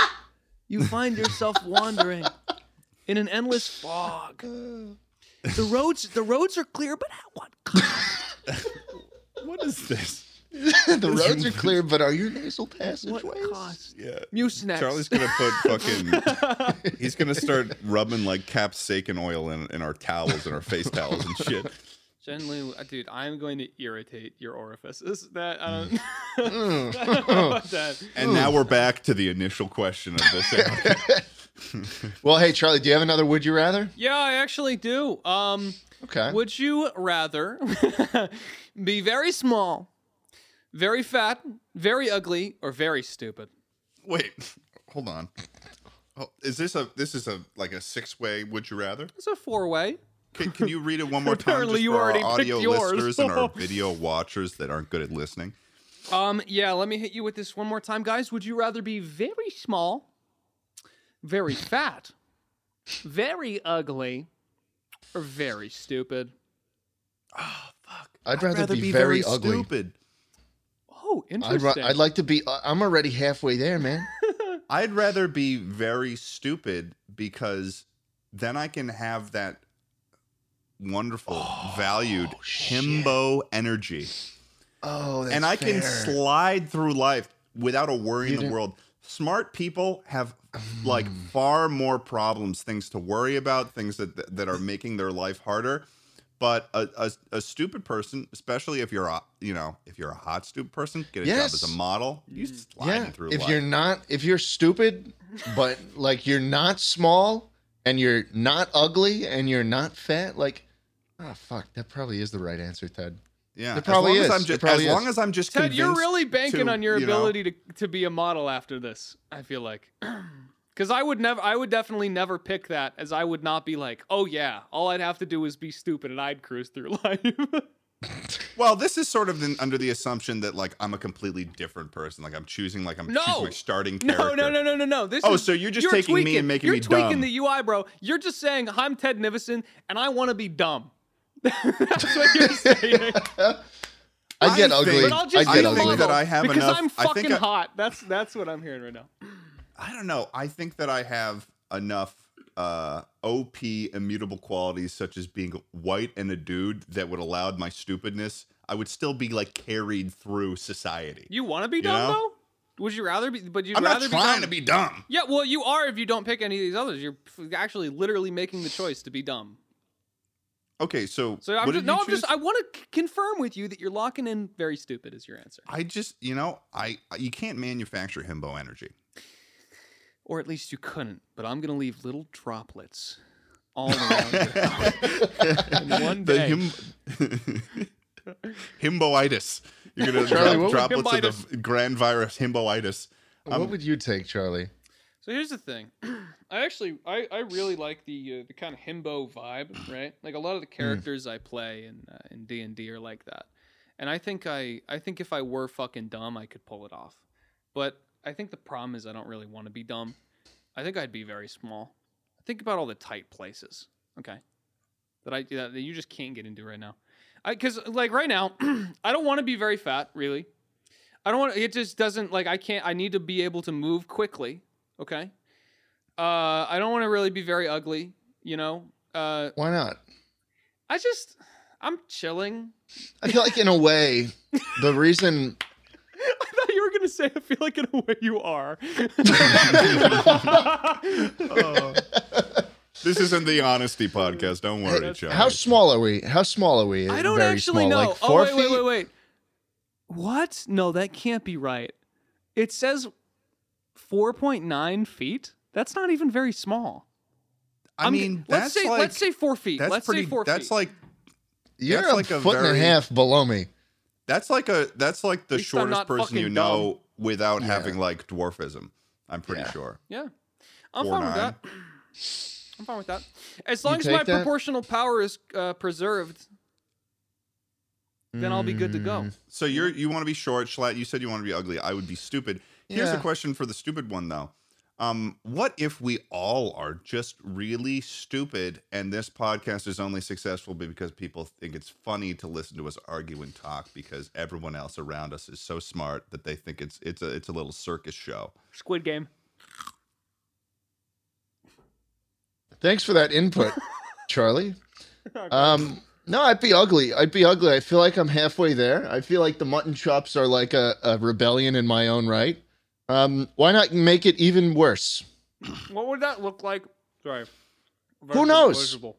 A: You find yourself wandering in an endless fog. The roads, the roads are clear, but at what cost?
C: What is this?
B: the roads are clear, but are your nasal
A: What
B: passageways?
A: cost?
C: Yeah.
A: Mucinex.
C: Charlie's gonna put fucking. he's gonna start rubbing like capsaicin oil in, in our towels and our face towels and shit.
A: Generally, uh, dude, I'm going to irritate your orifices. That I don't,
B: Mm.
A: I don't know about that.
C: And now we're back to the initial question of this. episode.
B: Well, hey Charlie, do you have another would you rather?
A: Yeah, I actually do. Um,
B: Okay.
A: Would you rather be very small, very fat, very ugly, or very stupid?
C: Wait, hold on. Oh, is this a this is a like a six way? Would you rather?
A: It's a four way.
C: Can, can you read it one more time?
A: Apparently
C: just
A: you
C: for our
A: already picked
C: audio
A: yours.
C: listeners and our video watchers that aren't good at listening.
A: Um, yeah, let me hit you with this one more time, guys. Would you rather be very small, very fat, very ugly, or very stupid?
B: I'd rather, be, very, ugly.
C: stupid.
A: Oh,
B: I'd, ra-
A: interesting.
B: I'd like to be. I- I'm already halfway there, man.
C: I'd rather be very stupid because then I can have that wonderful, valued himbo energy.
B: Oh, that's
C: and I
B: fair.
C: can slide through life without a worry
B: You
C: in the
B: didn't- Mm.
C: world. Smart people have like far more problems, things to worry about, things that that are making their life harder. But a, a, a stupid person, especially if you're a you know if you're a hot stupid person, get a
B: Yes. Mm.
C: job as a model. You sliding
B: yeah.
C: through
B: If
C: life.
B: you're not, if you're stupid, but like you're not small and you're not ugly and you're not fat, like, ah, fuck, that probably is the right answer, Ted.
C: yeah,
B: It probably
C: as long
B: is.
C: As, I'm
B: It
C: just,
B: probably
C: as long
B: is.
C: as I'm just
A: Ted, you're
C: convinced
A: really banking
C: to,
A: on your
C: you know-
A: ability to to be a model after this. I feel like, because I would never, I would definitely never pick that, as I would not be like, oh yeah, all I'd have to do is be stupid, and I'd cruise through life.
C: Well, this is sort of the, under the assumption that like I'm a completely different person. Like I'm choosing, like I'm
A: No!
C: choosing my starting
A: no,
C: character.
A: no, no, no, no, no. This
C: Oh,
A: is,
C: so you're just taking me
A: tweaking,
C: and making
A: you're
C: me dumb.
A: tweaking the UI, bro. You're just saying I'm Ted Nivison, and I want to be dumb. That's what you're saying.
B: I get
C: I think-
B: ugly.
A: but I'll just
B: I
A: be
B: get
A: a
C: I think
A: model
B: ugly.
C: that I have
A: because
C: enough-
A: I'm
C: I think
A: fucking
C: I-
A: hot. That's that's what I'm hearing right now.
C: I don't know. I think that I have enough uh OP immutable qualities such as being white and a dude that would allow my stupidness. I would still be like carried through society.
A: You want to be dumb
C: know?
A: though? Would you rather be? But you'd
C: I'm not
A: rather be
C: trying
A: dumb.
C: to be dumb.
A: Yeah, well, you are if you don't pick any of these others. You're f- actually literally making the choice to be dumb.
C: Okay, so
A: So I'm
C: what
A: just
C: did
A: no,
C: you
A: I'm just
C: choose?
A: I want to c- confirm with you that you're locking in very stupid as your answer,
C: I just you know I you can't manufacture himbo energy.
A: or at least you couldn't. But I'm gonna leave little droplets all around you. And one
C: the
A: day,
C: him- himboitis. You're gonna
B: Charlie,
C: drop
B: what would
C: droplets of the grand virus himboitis.
A: Um,
B: what would you take, Charlie?
A: So here's the thing. I actually I, I really like the uh, the kind of himbo vibe, right? Like a lot of the characters I play in uh, in D&D are like that. And I think I I think if I were fucking dumb, I could pull it off. But I think the problem is I don't really want to be dumb. I think I'd be very small. Think about all the tight places, okay? That I that you just can't get into right now. I cuz like right now, I don't want to be very fat, really. I don't want it just doesn't like I can't I need to be able to move quickly Okay. Uh, I don't want to really be very ugly, you know. Uh,
B: Why not?
A: I just, I'm chilling.
B: I feel like in a way, the reason
A: I thought you were gonna say I feel like in a way you are. Oh.
C: This isn't the honesty podcast. Don't worry, Chuck.
B: how small are we? How small are we?
A: I don't
B: Very
A: actually
B: small,
A: know.
B: Like
A: oh
B: four
A: wait, wait,
B: feet?
A: wait, wait. What? No, that can't be right. It says 4.9 feet. That's not even very small.
C: I
A: I'm g-
C: mean,
A: let's
C: that's
A: say
C: like
A: let's say four feet.
C: that's
A: let's
C: pretty.
A: say four
C: that's
A: feet.
C: like
B: You're
C: That's
B: a
C: like a
B: foot and
C: very-
B: a half below me.
C: that's like a that's like the
A: least I'm
C: shortest
A: not
C: person you
A: fucking
C: know without
B: Yeah.
C: having like dwarfism. I'm pretty
B: Yeah.
C: sure.
A: yeah. I'm
C: four
A: fine with
C: nine.
A: that. I'm fine with that. As long as
B: take
A: my
B: that?
A: proportional power is uh, preserved, then I'll be good to
B: Mm,
A: go.
C: So you're you want to be short, Schlatt. You said you want to be ugly. I would be stupid. Here's a
B: Yeah.
C: question for the stupid one though. Um, what if we all are just really stupid and this podcast is only successful because people think it's funny to listen to us argue and talk because everyone else around us is so smart that they think it's it's a it's a little circus show.
A: Squid Game.
B: Thanks for that input, Charlie. Um, no, I'd be ugly. I'd be ugly. I feel like I'm halfway there. I feel like the mutton chops are like a, a rebellion in my own right. Um, why not make it even worse?
A: What would that look like? Sorry.
B: Who knows?
A: Visible.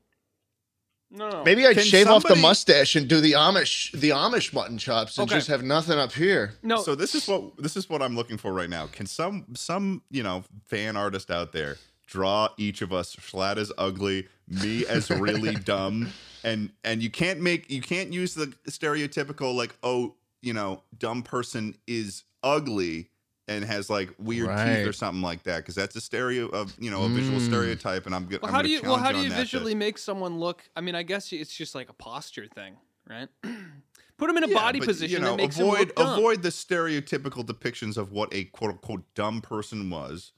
A: No, no.
B: Maybe I'd
C: Can
B: shave off the
C: somebody-
B: mustache and do the Amish the Amish mutton chops and
A: Okay.
B: just have nothing up here.
A: no.
C: So this is what this is what I'm looking for right now. Can some some you know fan artist out there draw each of us Schlatt as ugly, me as really dumb, and and you can't make you can't use the stereotypical like oh you know dumb person is ugly and has like weird teeth or
B: Right.
C: something like that because that's a stereo of you know a visual
B: Mm.
C: stereotype and I'm good.
A: well,
C: I'm
A: how
C: gonna
A: do you? Well,
C: challenge
A: how do
C: on
A: you
C: that to-
A: visually make someone look? I mean, I guess it's just like a posture thing, right? Put them in a
C: Yeah,
A: body
C: but,
A: position
C: You know,
A: that makes
C: avoid
A: them look dumb.
C: avoid the stereotypical depictions of what a quote unquote dumb person was.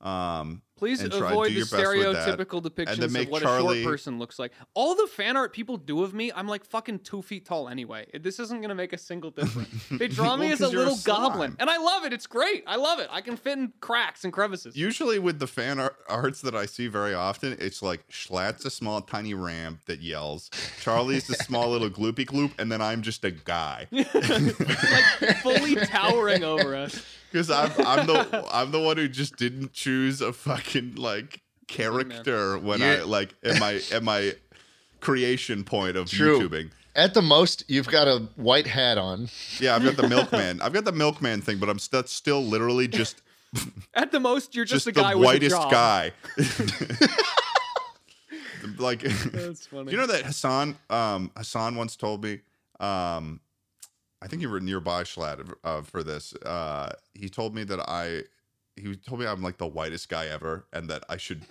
C: Um,
A: Please
C: and try-
A: avoid
C: do
A: the
C: your best with that.
A: stereotypical
C: then
A: depictions
C: make
A: of what a
C: Charlie-
A: short person looks like. All the fan art people do of me, I'm like fucking two feet tall anyway. This isn't gonna make a single difference. They draw me
C: Well,
A: as a
C: 'cause you're a
A: little goblin,
C: slime.
A: and I love it. It's great. I love it. I can fit in cracks and crevices.
C: Usually with the fan ar- arts that I see very often, it's like Schlatt's a small tiny ramp that yells. Charlie's a small little gloopy gloop, and then I'm just a guy
A: like fully towering over us.
C: because I'm I'm the I'm the one who just didn't choose a fucking like character when I
B: You-
C: like at my at my creation point of
B: True.
C: YouTubing.
B: At the most, you've got a white hat on.
C: Yeah, I've got the milkman. I've got the milkman thing, but I'm st- still literally just
A: At the most, you're just,
C: just
A: a
C: the,
A: guy with a
C: whitest
A: job.
C: guy. like,
A: That's funny.
C: you know that Hassan um, Hassan once told me. Um, I think you were nearby Schlatt uh, for this. Uh, he told me that I. He told me I'm like the whitest guy ever, and that I should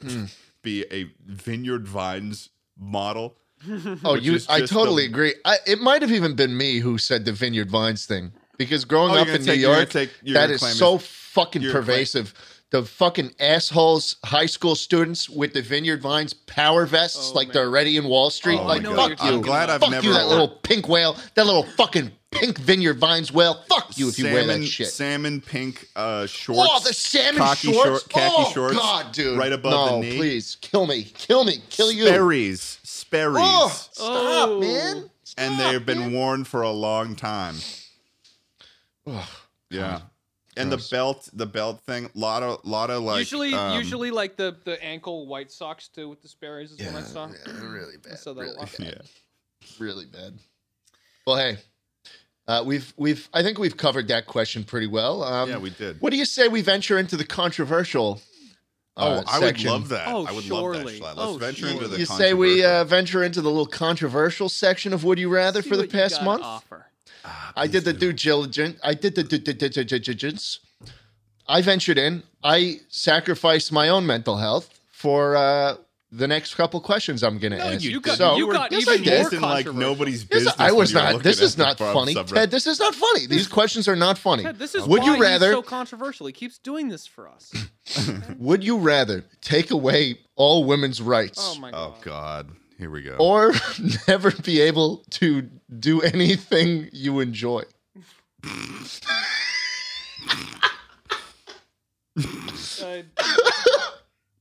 C: be a vineyard vines model.
B: Oh,
C: Which
B: you!
C: is
B: I
C: just
B: totally
C: the-
B: agree. I, it might have even been me who said the Vineyard Vines thing because growing
C: Oh, you're
B: up
C: gonna
B: in
C: take-
B: New
C: you're gonna
B: York,
C: take- you're
B: that
C: gonna
B: is
C: claim
B: so
C: it's-
B: fucking
C: you're gonna claim-
B: pervasive. The fucking assholes, high school students with the Vineyard Vines power vests,
A: Oh,
B: like
A: man.
B: they're already in Wall Street.
C: Oh,
A: I
B: like,
A: know
B: fuck
A: what
B: you!
A: you're
C: I'm glad I've
B: fuck
C: never.
B: you, that little pink whale, that little fucking pink Vineyard Vines whale. Fuck you if you wear that shit.
C: Salmon pink uh, shorts.
B: Oh, the salmon
C: khaki
B: shorts,
C: short- khaki
B: oh,
C: shorts,
B: God, dude,
C: right above
B: no,
C: the knee.
B: Please kill me, kill me, kill you.
C: Sperry's. Sperry's.
B: Oh, stop,
A: Oh.
B: man.
C: and
B: Stop,
C: they've been
B: man.
C: worn for a long time.
B: Ugh.
C: Yeah. And the belt, the belt thing, lot of, lot of like.
A: usually,
C: um,
A: usually like the the ankle white socks too with the Sperry's is what I saw.
B: yeah, really bad.
A: saw that a
B: really,
A: lot.
C: Yeah.
B: bad really bad. Well, hey, uh, we've we've I think we've covered that question pretty well. Um,
C: yeah, we did.
B: What do you say we venture into the controversial?
C: oh,
B: uh,
C: I would
B: section?
C: love that.
A: Oh,
C: I would love that.
A: surely.
C: Schlatt. Let's
A: Oh,
C: venture into the.
B: You say we
C: controversial.
B: uh, venture into the little controversial section of Would You Rather
A: See
B: for the
A: what you
B: past
A: gotta
B: month?
A: Offer.
B: I did the due diligence. I did the due due- due- due- due- diligence. I ventured in. I sacrificed my own mental health for uh, the next couple questions I'm going to
A: No,
B: ask.
A: you got-
B: so,
A: you got
B: yes,
A: even
B: I
C: This
A: more
B: did.
C: isn't like
A: controversial.
C: nobody's
B: Yes,
C: business.
B: I
C: when
B: was
C: you're
B: not.
C: looking
B: This
C: at
B: is
C: the
B: not
C: bottom
B: funny,
C: subreddit.
B: Ted. This is not funny. These questions are not funny.
A: Ted, this is
B: would
A: why
B: you
A: he's
B: rather?
A: so controversial. He keeps doing this for us.
B: Would you rather take away all women's rights?
A: Oh my god.
C: Oh God, here we go.
B: or never be able to do anything you enjoy.
A: Uh,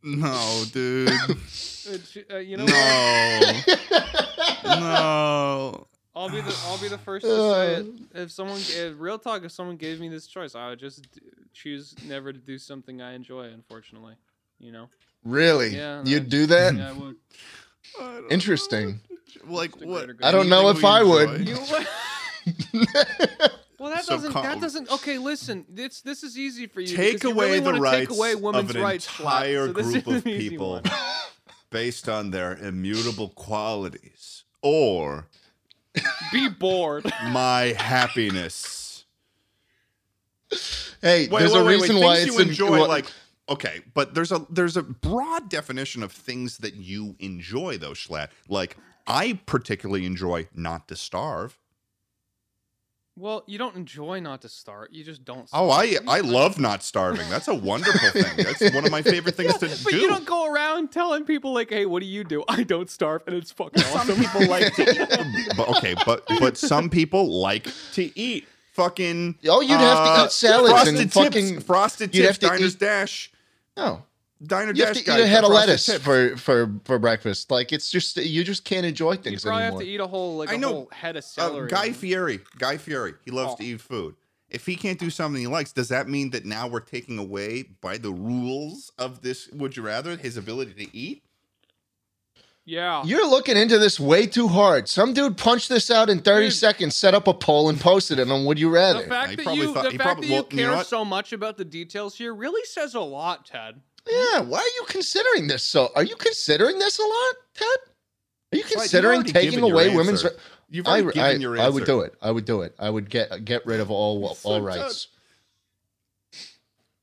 C: No, dude.
A: Uh, j- uh, you know, what?
C: no. no.
A: I'll be the I'll be the first to say it. If someone, uh, real talk, if someone gave me this choice, I would just d- choose never to do something I enjoy. Unfortunately, you know.
B: Really?
A: Yeah,
B: You'd
A: that-
B: do that?
A: Yeah, I would.
C: I don't
B: Interesting.
C: know. Like
A: Just a
C: what?
A: greater good.
B: I don't know
C: anything
B: if I
C: we
B: would.
C: enjoy.
A: You Well, that
C: So
A: doesn't.
C: calm.
A: that doesn't. Okay, listen. This this is easy for you.
C: take
A: because you
C: away
A: really
C: the
A: wanna
C: rights
A: take away women's
C: of an
A: rights. Schlatt,
C: entire
A: so this
C: group
A: is
C: of
A: an easy
C: people
A: one.
C: based on their immutable qualities or
A: Be bored.
C: my happiness.
B: Hey,
C: Wait,
B: there's
C: wait,
B: a
C: wait,
B: reason
C: wait.
B: why
C: things
B: it's
C: you
B: in-
C: enjoy
B: well,
C: like okay, but there's a there's a broad definition of things that you enjoy though, Schlatt. Like I particularly enjoy not to starve.
A: Well, you don't enjoy not to start. You just don't. Start.
C: Oh, I I love not starving. That's a wonderful thing. That's one of my favorite things to
A: But
C: do.
A: you don't go around telling people like, "Hey, what do you do?" I don't starve, and it's fucking
C: some
A: awesome.
C: people like to eat. But, okay, but but some people like to eat fucking.
B: Oh, you'd have to
C: uh,
B: eat salads
C: frosted
B: and
C: tips,
B: fucking-
C: frosted
B: you'd
C: tips.
B: have to
C: Diners
B: eat-
C: Dash,
B: no.
C: Diner
B: You have
C: Dash.
B: to eat
C: guy,
B: a head of
C: frosted Uh,
B: lettuce
C: tips.
B: for, for for breakfast. Like it's just you just can't enjoy
A: You
B: things
A: probably
B: anymore.
A: have to eat a whole like
C: I
A: a
C: know,
A: whole head of
C: Uh,
A: celery.
C: Guy Fieri, Guy Fieri, he loves
A: Oh.
C: to eat food. If he can't do something he likes, does that mean that now we're taking away by the rules of this? Would you rather his ability to eat?
A: yeah.
B: You're looking into this way too hard. Some dude punched this out in 30
A: Dude.
B: seconds, set up a poll, and posted it on Would You
A: the
B: Rather.
A: fact
C: He
A: that
C: probably
A: you,
C: thought-
A: the
C: he
A: fact
C: probably-
A: that you
C: well, you know
A: care
C: what?
A: so much about the details here really says a lot, Ted.
B: yeah, why are you considering this? So, are you considering this a lot, Ted? Are you
C: you've
B: considering
C: already
B: taking
C: given your
B: away women's?
C: answer.
B: ri-
C: You've
B: I,
C: already given
B: I,
C: your answer.
B: I would do it. I would do it. I would get get rid of all
C: So
B: all rights.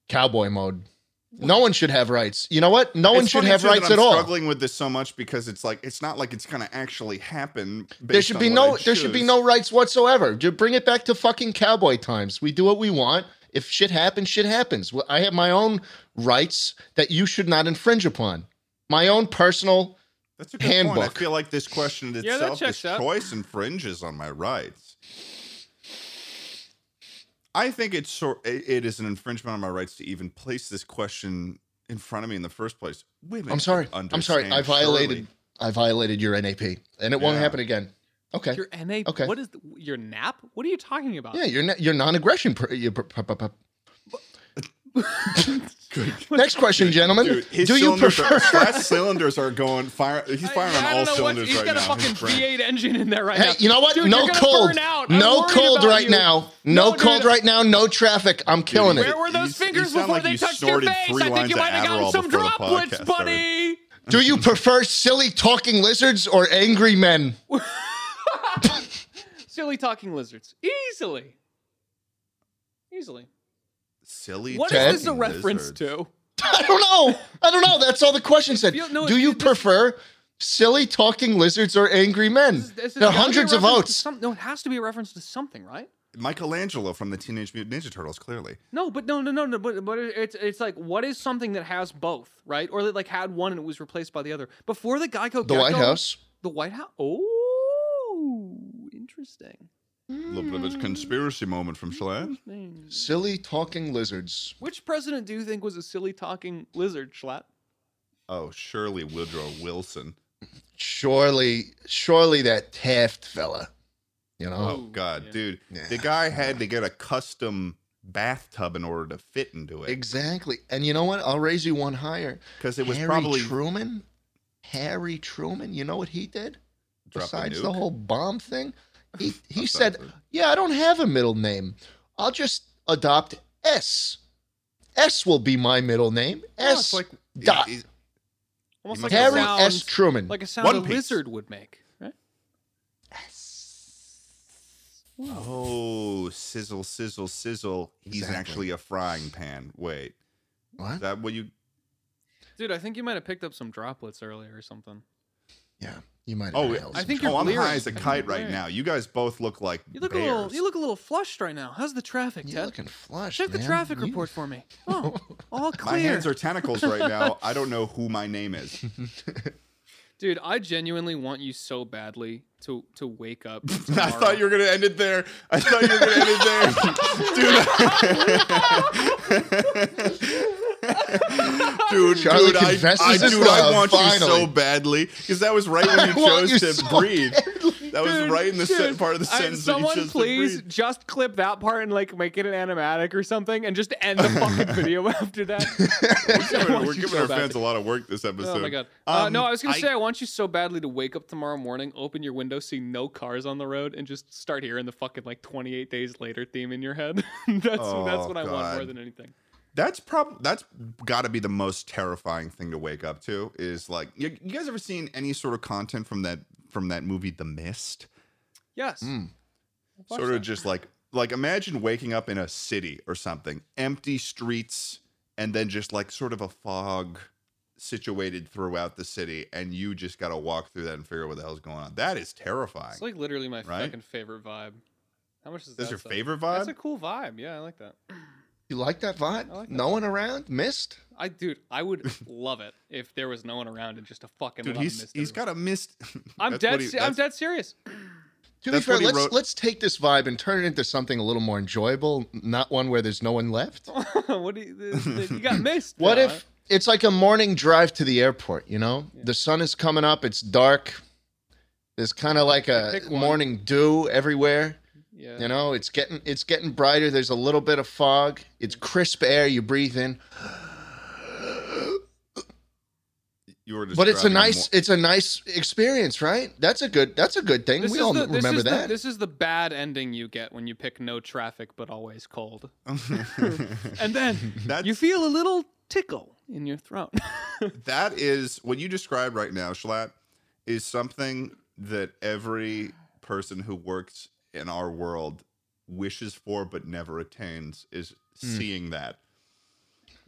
B: Cowboy mode. No one should have rights. You know what? No one
C: It's
B: should
C: funny,
B: have
C: too, that
B: rights
C: I'm
B: at all.
C: Struggling with this so much because it's like it's not like it's gonna actually happen.
B: There
C: based
B: should
C: on
B: be
C: what
B: no
C: I
B: there should be
C: choose.
B: no rights whatsoever. Just bring it back to fucking cowboy times. We do what we want. If shit happens, shit happens. Well, I have my own rights that you should not infringe upon. My own personal
C: That's a good point.
B: handbook.
C: I feel like this question in
A: Yeah, that
C: itself, this
A: checks out.
C: choice infringes on my rights. I think it's sort. It it is an infringement on my rights to even place this question in front of me in the first place. Women,
B: I'm sorry.
C: should
B: I'm sorry.
C: understand,
B: I violated
C: surely.
B: I violated your NAP. And it won't
C: Yeah.
B: happen again. Okay.
A: Your NA.
B: Okay.
A: What is the, your nap? What are you talking about?
B: yeah, you're not, you're non-aggression. Per, you, per, per, per- per- Next question, gentlemen.
C: Dude, his
B: do you
C: cylinders
B: prefer?
C: Are, Scott's cylinders are going fire. He's firing on
A: I, I
C: all
A: don't know
C: cylinders
A: what's, he's
C: right
A: got
C: now.
A: a
C: His
A: fucking
C: brain.
A: V8 engine in there right
B: Hey,
A: now.
B: you know what?
A: Dude,
B: no
A: you're gonna
B: cold.
A: burn out. I'm
B: No
A: worried
B: cold
A: about
B: right
A: you.
B: now. No,
A: No, dude,
B: cold
A: I-
B: right now. No traffic. I'm killing
C: Dude,
B: it.
A: Where were
C: You- you
A: those fingers
C: sound
A: before
C: like
A: they
C: you
A: touched your
C: snorted
A: face?
C: three
A: I
C: lines
A: think you
C: of
A: might have
C: Adderall
A: gotten some
C: before the
A: droplets,
C: podcast
A: buddy.
B: Do you prefer silly talking lizards or angry men?
A: Silly talking lizards. Easily. Easily.
C: Silly.
A: What is
B: Ted?
A: this a reference to?
B: I don't know. I don't know. That's all the question said.
A: You know,
B: Do you
A: this-
B: prefer silly talking lizards or angry men?
A: This- this has
B: there
A: gotta
B: are
A: be a
B: hundreds of
A: reference to
B: votes.
A: some- no, it has to be a reference to something, right?
C: Michelangelo from the Teenage Mutant Ninja Turtles, clearly.
A: No, but no, no, no, no. But but it's it's like what is something that has both, right? Or that like had one and it was replaced by the other. Before the Geico,
B: The White
A: Gecko-
B: House.
A: the White House. Oh, interesting.
C: A little bit of
A: Hmm.
C: a conspiracy moment from Schlatt.
A: Interesting.
B: Silly talking lizards.
A: Which president do you think was a silly talking lizard, Schlatt?
C: Oh, surely Woodrow Wilson.
B: Surely, surely that Taft fella. You know.
C: Oh,
A: Ooh,
C: God,
A: yeah.
C: dude.
B: Yeah.
C: The guy had to get a custom bathtub in order to fit into it
B: Exactly. And you know what? I'll raise you one higher.
C: because it was
B: Harry
C: probably
B: Truman. Harry Truman. You know what he did?
C: drop a
B: Besides the
C: nuke.
B: whole bomb thing, he he
C: That's
B: said,
C: awkward.
B: "Yeah, I don't have a middle name. I'll just adopt S. S will be my middle name.
C: Yeah,
B: S
C: it's like
B: dot.
C: it- it-
A: Almost
C: You
A: Oh, like
C: must have
A: a
B: Harry
A: sound,
B: S. Truman.
A: like a sound
C: One
A: a
C: Piece.
A: lizard would make, right?
C: oh, sizzle, sizzle, sizzle. He's
B: Exactly.
C: actually a frying pan. Wait, is
B: what?
C: that what you?
A: Dude, I think you might have picked up some droplets earlier or something.
B: Yeah, you might. have
C: Oh,
B: nailed
A: I
B: it.
A: think
C: oh,
A: you're
C: I'm high
A: leery.
C: as a kite right
A: Leery.
C: now. You guys both look like
A: You look
C: bears.
A: a little you look a little flushed right now. How's the traffic,
B: you're
A: Ted?
B: looking flush.
A: Check the
B: man.
A: traffic
B: You-
A: report for me. Oh, all clear.
C: My hands are tentacles right now. I don't know who my name is.
A: Dude, I genuinely want you so badly to to wake up.
C: I thought you were gonna end it there. I thought you were gonna end it there, dude. I- dude,
B: Charlie
C: dude, I,
B: confesses
C: I,
B: his
C: dude, I
B: love,
C: want you
B: finally.
C: so badly because that was right when
B: I
C: you
B: want
C: chose
B: you
C: to
B: so
C: breathe. That was
A: Dude,
C: right in the
A: dude,
C: sen- part of the
A: I-
C: sentence that you
A: someone
C: chose to
A: please
C: breathe.
A: just clip that part and like make it an animatic or something, and just end the fucking video after that.
C: We're
A: I
C: giving,
A: want
C: we're
A: you
C: giving
A: so
C: our
A: badly.
C: fans a lot of work this episode.
A: Oh my god! Uh,
C: Um,
A: no, I was gonna
C: I-
A: say I want you so badly to wake up tomorrow morning, open your window, see no cars on the road, and just start hearing the fucking like 28 days later theme in your head. that's that's
C: Oh,
A: what I want more
C: God.
A: than anything.
C: That's probably that's got to be the most terrifying thing to wake up to is like you, you guys ever seen any sort of content from that from that movie The Mist?
A: Yes.
B: Hmm.
A: I've watched
C: Mm, sort of
A: that.
C: just like like imagine waking up in a city or something, empty streets, and then just like sort of a fog situated throughout the city, and you just got to walk through that and figure out what the hell's going on. That is terrifying.
A: It's like literally my
C: Right?
A: fucking favorite vibe. How much is
C: That's
A: that
C: your
A: sell?
C: favorite
A: That's
C: vibe.
A: a cool vibe. Yeah, I like that.
B: You like that vibe?
A: I like that
B: no one around? Missed?
A: I dude, I would love it if there was no one around and just a fucking
C: Dude,
A: lot of
C: he's
A: mist
C: he's
A: everywhere.
C: got a mist.
A: I'm
C: That's
A: dead.
C: what he-
A: se- I'm
C: that's-
A: dead serious.
B: To
C: That's
B: be fair,
C: what he
B: let's
C: wrote-
B: let's take this vibe and turn it into something a little more enjoyable, not one where there's no one left.
A: Oh, what do you? th- You got missed.
B: What
A: now,
B: if it's like a morning drive to the airport? You know, the sun is coming up, it's dark. There's kind of like a
A: Pick one.
B: morning dew everywhere.
A: Yeah.
B: You know, it's getting it's getting brighter. There's a little bit of fog. It's crisp air you breathe in,
C: you were
B: but it's a
C: describing
B: nice
C: more-
B: it's a nice experience, right? That's a good that's a good thing.
A: This
B: we
A: is
B: all
A: the- this
B: remember
A: is the-
B: that.
A: this is the bad ending you get when you pick no traffic but always cold. And then
C: That's-
A: you feel a little tickle in your throat.
C: that is what you described right now, Schlatt, is something that every person who works in our world wishes for but never attains is seeing that.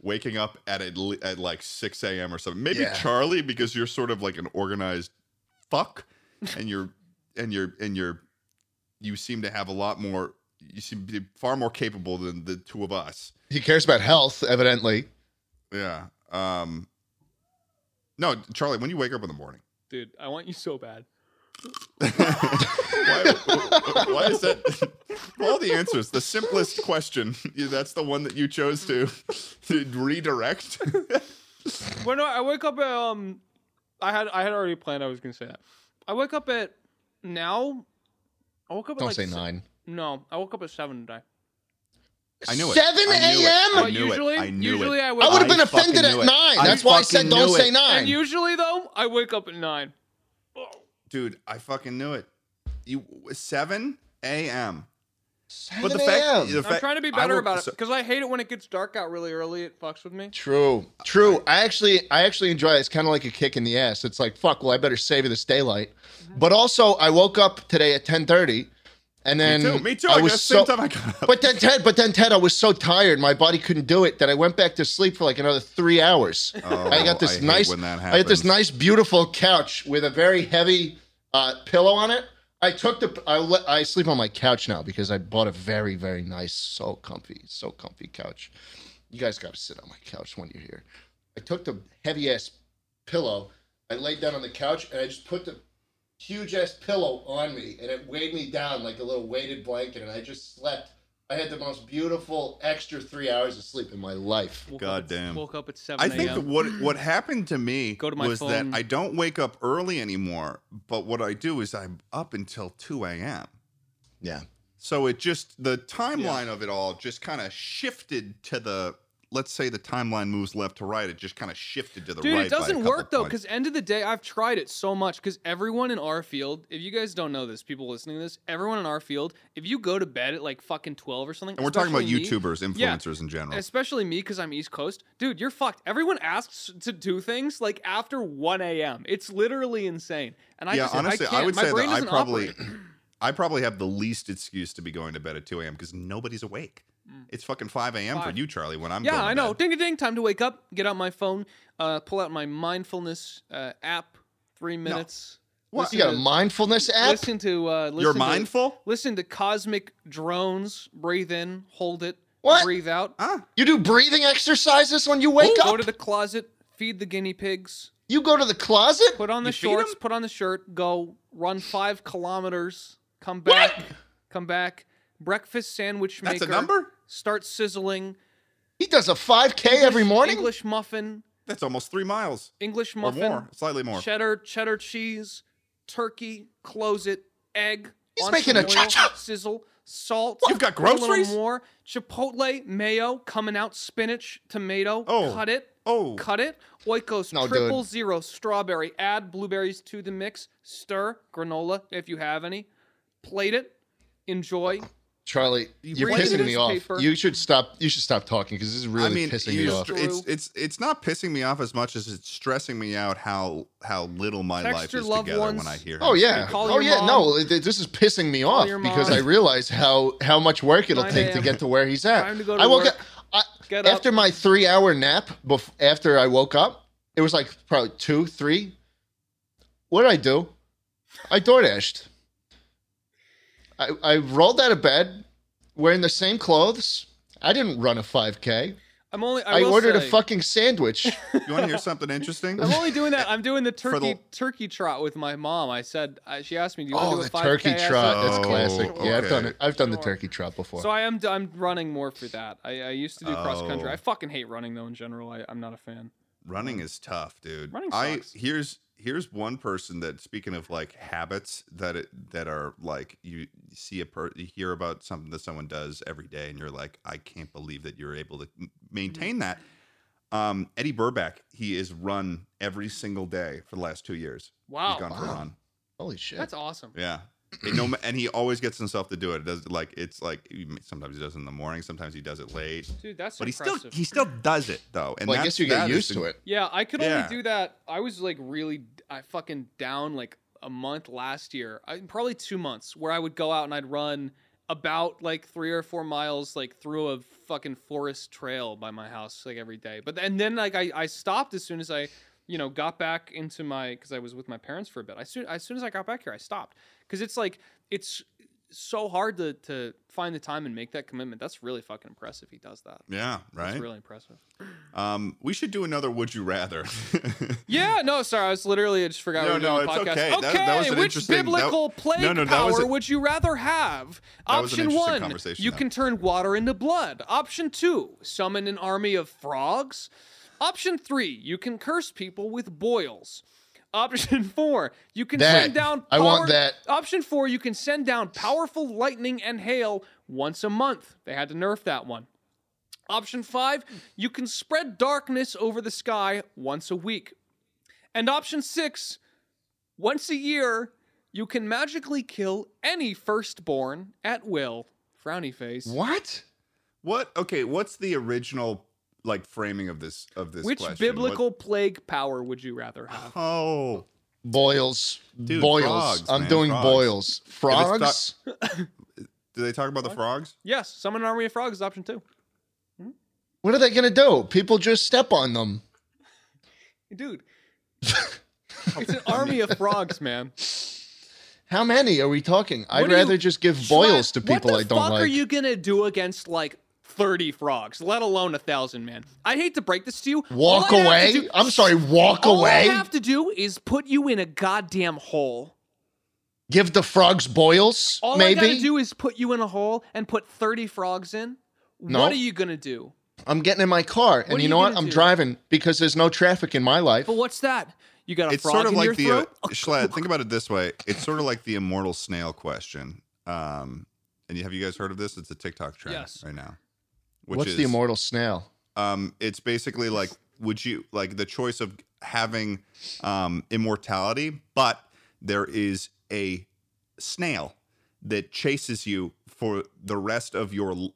C: Waking up at at, le- at like 6 a.m. or something. Maybe
B: Yeah.
C: Charlie, because you're sort of like an organized fuck and you're and you're and you're you seem to have a lot more you seem to be far more capable than the two of us.
B: he cares about health, evidently.
C: Yeah. Um No, Charlie, when you wake up in the morning.
A: Dude, I want you so bad.
C: why, why is that of all the answers the simplest question yeah, that's the one that you chose to, to redirect
A: When I I wake up at um I had I had already planned I was gonna say that. I wake up at now I woke up at
B: Don't
A: like
B: say
A: se-
B: nine.
A: No, I woke up at seven today.
C: I knew it.
B: Seven
C: I knew it.
B: a.m.
A: But
C: knew it.
A: usually
C: I knew
A: usually
C: it.
A: I wake
B: I would have
A: up
B: been
C: I fucking
B: offended at
C: knew it.
B: nine.
C: I
B: That's why I said
C: fucking
B: don't
C: knew
B: say
C: it.
B: nine.
A: and usually though, I wake up at nine.
C: dude i fucking knew it you 7 a.m
B: Seven
C: but the fact, the
B: a.m.
A: I'm
C: fact-
A: trying to be
C: I
A: better
C: woke-
A: about it
C: so-
A: because I hate it when it gets dark out really early. It fucks with me.
B: True, true. I actually, I actually enjoy it. It's kind of like a kick in the ass. It's like, fuck. Well, I better savor this daylight.
C: Uh-huh.
B: But also, I woke up today at ten thirty, and then
C: me too me too
B: I
C: i,
B: was
C: guess
B: so.
C: same time i got up
B: But then Ted, but then Ted, I was so tired, my body couldn't do it that I went back to sleep for like another three hours.
C: Oh,
B: I got
C: I
B: this
C: hate
B: nice,
C: when that
B: I got this
C: happens.
B: nice, beautiful couch with a very heavy uh, pillow on it. I took the, I, le- I sleep on my couch now because I bought a very, very nice, so comfy, so comfy couch. You guys got to sit on my couch when you're here. I took the heavy ass pillow. I laid down on the couch and I just put the huge ass pillow on me and it weighed me down like a little weighted blanket and I just slept. I had the most beautiful extra three hours of sleep in my life.
A: Woke up
C: God
A: at-
C: damn.
A: Woke up at seven.
C: I think
A: a.m..
C: what what happened to me
A: Go to my
C: was
A: phone.
C: that I don't wake up early anymore, but what I do is I'm up until 2 a.m.
B: Yeah.
C: So it just the timeline of it all just kind of shifted to the let's say the timeline moves left to right. It just kind of shifted to the
A: Dude,
C: right.
A: it
C: by a
A: doesn't
C: couple
A: work though,
C: points.
A: because end of the day, I've tried it so much. Because everyone in our field, if you guys don't know this, people listening to this, everyone in our field, if you go to bed at like fucking twelve or something,
C: and we're talking about
A: especially me-
C: YouTubers,
A: Yeah.
C: influencers in general.
A: especially me because I'm East Coast, dude, you're fucked. Everyone asks to do things like after one a.m. It's literally insane. And I
C: yeah,
A: just,
C: honestly,
A: I,
C: I,
A: can't,
C: would
A: my
C: say that
A: brain
C: I
A: doesn't
C: probably
A: operate.
C: I probably have the least excuse to be going to bed at 2 a.m. because nobody's awake. It's fucking 5 a.m. for
A: Mm. Five.
C: you, Charlie. When I'm going
A: Yeah,
C: to
A: I know.
C: bed.
A: Ding a ding, time to wake up. Get out my phone. Uh, pull out my mindfulness uh, app. Three minutes.
B: You got a
A: to-
B: mindfulness app?
A: Listen to uh, listen
C: You're
A: to-
C: mindful.
A: Listen to cosmic drones. Breathe in, hold it,
B: What?
A: breathe out.
C: Ah,
B: You do breathing exercises when you wake
A: Go
B: up?
A: to the closet, feed the guinea pigs,
B: you go to the closet?
A: put on the
C: You feed
A: shorts,
C: 'em?
A: put on the shirt, go run five kilometers, come back, come back. Breakfast sandwich maker.
C: that's a number.
A: Start sizzling.
B: He does a 5K every
A: English-
B: morning?
A: English muffin.
C: That's almost three miles
A: English
C: or
A: muffin,
C: more, slightly more.
A: cheddar, cheddar cheese, turkey, close it, egg.
B: He's
A: on
B: making
A: some
B: a
A: oil,
B: cha-cha.
A: sizzle, salt.
C: You've got
A: a little
C: groceries?
A: more chipotle, mayo coming out, spinach, tomato.
C: Oh.
A: cut it,
C: Oh,
A: cut it. Oikos
B: No, dude.
A: triple zero strawberry. Add blueberries to the mix. Stir granola if you have any. Plate it. Enjoy.
B: Charlie, you're
A: read the
B: pissing me off.
A: newspaper.
B: You should stop. You should stop talking because this is really
C: I mean,
B: pissing
C: you
B: me off.
C: just- it's it's it's not pissing me off as much as it's stressing me out how how little my
A: Text
C: life
A: your
C: is
A: loved
C: together
A: ones.
C: when I hear.
B: Oh
C: him
B: yeah.
A: Call
B: Oh
A: your
B: yeah.
A: mom.
B: No, it- it- this is pissing me off
A: your
B: because
A: mom.
B: I realize how how much work it'll
A: 9
B: take to
A: a.m.
B: get to where he's at.
A: Time to go to
B: I woke
A: work.
B: up. I,
A: Get up.
B: after my three hour nap. Bef- after I woke up, it was like probably two, three. What did I do? I DoorDashed. I I rolled out of bed wearing the same clothes. I didn't run a 5K.
A: I'm only. I,
B: I,
A: will
B: ordered
A: say,
B: a fucking sandwich.
C: You want to hear something interesting?
A: I'm only doing that. I'm doing the
C: the-
A: turkey turkey trot with my mom. I said I, she asked me, "Do you want
B: oh,
A: to do
B: the
A: a 5K?
B: turkey
A: I said,
B: trot.
C: Oh,
B: That's classic. Yeah, I've done
C: okay.
B: it. I've done the
A: Sure.
B: turkey trot before.
A: So I am I'm running more for that. I, I used to do cross country.
C: Oh.
A: I fucking hate running though in general. I, I'm not a fan.
C: Running is tough, dude.
A: Running
C: I
A: sucks.
C: here's here's one person that speaking of like habits that it, that are like you see a per you hear about something that someone does every day and you're like I can't believe that you're able to m- maintain that.
A: Mm-hmm.
C: Um, Eddie Burback, he is run every single day for the last two years. He's gone
A: Oh, Wow,
C: for a
B: Wow.
C: run.
B: Holy shit.
A: that's awesome.
C: Yeah. And, no, ma- and he always gets himself to do it. it does like it's like sometimes he does it in the morning, sometimes he does it late,
A: Dude, that's
C: but he still
A: impressive.
C: he still does it though. And
B: well, I
C: that's-
B: guess you get
C: that is
B: used
C: the-
B: to it.
A: yeah, I could
C: Yeah.
A: only do that. I was like really I fucking down like a month last year. I, probably 2 months where I would go out and I'd run about like 3 or 4 miles like through a fucking forest trail by my house like every day. But and then like I I stopped as soon as I you know, got back into my because I was with my parents for a bit. I soon as soon as I got back here, I stopped because it's like it's so hard to to find the time and make that commitment. That's really fucking impressive. He does that.
C: Yeah,
A: That's
C: right.
A: really impressive.
C: um, we should do another Would You Rather.
A: Yeah, no, sorry, I was literally I just forgot. we
C: No,
A: were doing
C: no,
A: a
C: it's
A: podcast.
C: okay. That- that was an
A: which
C: interesting- that-
A: biblical plague
C: No, no, that
A: power
C: was a-
A: would you rather have?
C: That was
A: Option
C: an interesting
A: one,
C: conversation,
A: you
C: though.
A: can turn water into blood. Option two, summon an army of frogs. Option three, you can curse people with boils. Option four, you can
B: That.
A: send down.
B: I want
A: power-
B: that.
A: Option four, you can send down powerful lightning and hail once a month. They had to nerf that one. Option five, you can spread darkness over the sky once a week. And option six, once a year, you can magically kill any firstborn at will. Frowny face.
B: What?
C: what? Okay, what's the original like framing of this of this
A: Which
C: question? What-
A: biblical plague power would you rather have?
C: Oh,
B: Boils.
C: Dude,
B: boils.
C: frogs,
B: I'm
C: man,
B: doing
C: frogs.
B: boils.
C: not-
B: Frogs?
C: do they talk about the frogs?
A: Yes, summon an army of frogs is option two.
B: what are they going to do? People just step on them.
A: Dude. it's an army of frogs, man.
B: How many are we talking? I'd
A: What do you-
B: rather just give boils to
A: Schlatt, what
B: people
A: the
B: I don't
A: fuck
B: like.
A: are you gonna do against like thirty frogs, let alone a thousand man? I hate to break this to you.
B: walk
A: all I have to
B: away?
A: do-
B: I'm sorry, walk
A: all
B: away?
A: I have to do is put you in a goddamn hole.
B: give the frogs boils?
A: All
B: maybe?
A: I gotta do is put you in a hole and put thirty frogs in.
B: No.
A: What are you gonna do?
B: I'm getting in my
A: are
B: car, and you
A: you
B: know what?
A: gonna
B: I'm
A: do?
B: driving because there's no traffic in my life.
A: But what's that? You got a
C: It's
A: frog
C: sort of
A: in your
C: like the uh,
A: throat?
C: Schlatt, Think about it this way: it's sort of like the immortal snail question. Um, and you, have you guys heard of this? It's a TikTok trend
A: Yes.
C: right now. Which
B: What's the immortal snail?
C: um it's basically like would you like the choice of having um immortality but there is a snail that chases you for the rest of your l-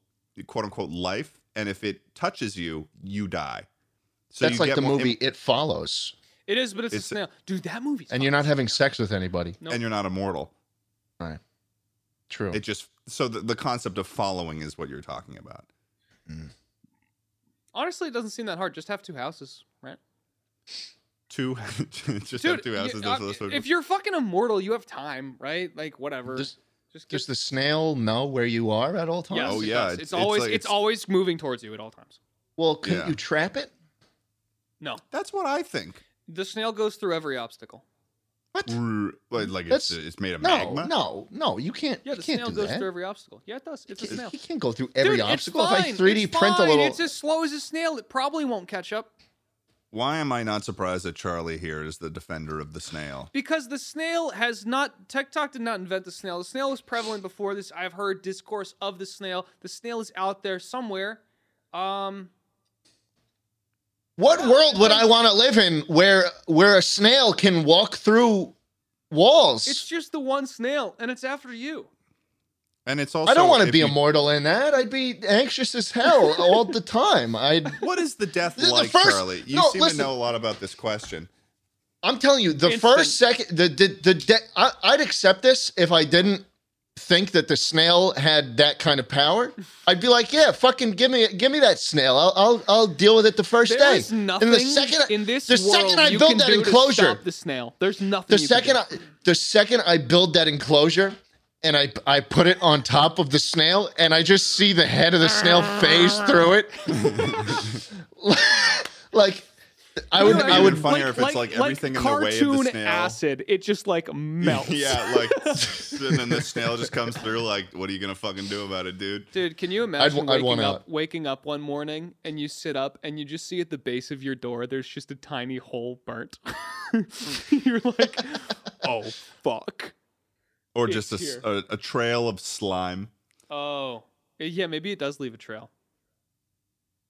C: quote unquote life and if it touches you you die so
B: That's
C: you
B: like
C: get
B: the
C: more-
B: movie It Follows,
A: It is, but it's,
C: It's-
A: a snail. Dude, that movie's
B: and you're not having sex with anybody.
A: Nope.
C: and you're not immortal
B: True.
C: it just so the, the concept of following is what you're talking about
A: honestly it doesn't seem that hard. Just have two houses, right?
C: two just have
A: Dude,
C: two
A: you-
C: houses
A: uh,
C: that's- that's what-
A: if you're fucking immortal, you have time, right? Like whatever.
B: Does,
A: just get
B: does the snail know where you are at all times?
A: Yes,
C: Oh,
A: it
C: yeah,
A: does.
C: it's-
A: It's,
C: it's
A: always
C: like-
A: it's,
C: it's-
A: always moving towards you at all times.
B: Well, couldn't
C: Yeah.
B: you trap it?
A: No,
C: that's what i think
A: the snail goes through every obstacle.
B: What?
C: Rrr, like like it's,
B: That's-
C: it's made of
B: No,
C: magma
B: no, no. You can't.
A: Yeah,
B: you
A: the
B: can't
A: snail
B: do
A: goes
B: that.
A: through every obstacle. Yeah, it does. It's a snail.
B: He can't go through every
A: Dude,
B: obstacle.
A: It's fine.
B: If I 3D
A: it's
B: print
A: fine.
B: a little,
A: it's as slow as a snail. It probably won't catch up.
C: Why am I not surprised that Charlie here is the defender of the snail?
A: Because the snail has not TikTok did not invent the snail. The snail was prevalent before this. I've heard discourse of the snail. The snail is out there somewhere. Um,
B: What world would I want to live in where where a snail can walk through walls?
A: it's just the one snail, and it's after you.
C: And it's also
B: I don't want to
C: if
B: be
C: you-
B: immortal in that. I'd be anxious as hell all the time. I'd
C: What is the death
B: This is the
C: like,
B: first-
C: Charlie? You
B: No,
C: seem
B: listen.
C: to know a lot about this question.
B: I'm telling you, the
A: Instant.
B: first second, the the the de- I, I'd accept this if I didn't think that the snail had that kind of power. I'd be like, yeah, fucking give me give me that snail. I'll I'll, I'll deal with it the first
A: There
B: day.
A: is nothing
B: second-
A: in this
B: the
A: world
B: second I
A: you
B: build
A: can
B: that
A: do to
B: enclosure-
A: stop the snail. There's nothing.
B: the
A: you can
B: second
A: do.
B: I, the second I build that enclosure and I I put it on top of the snail and I just see the head of the snail phase through it. like I would
A: Like-
B: I would
C: funnier if it's, like, everything in the way of the
A: cartoon
C: snail.
A: acid. It just like melts.
C: Yeah, like, and then the snail just comes through. Like, what are you gonna fucking do about it, dude?
A: Dude, can you imagine
B: I'd
A: waking
B: wanna-
A: up waking up one morning and you sit up and you just see at the base of your door there's just a tiny hole burnt. You're like, oh fuck.
C: Or
A: It's
C: just a, s-
A: here.
C: a, a trail of slime.
A: Oh. Yeah, maybe it does leave a trail.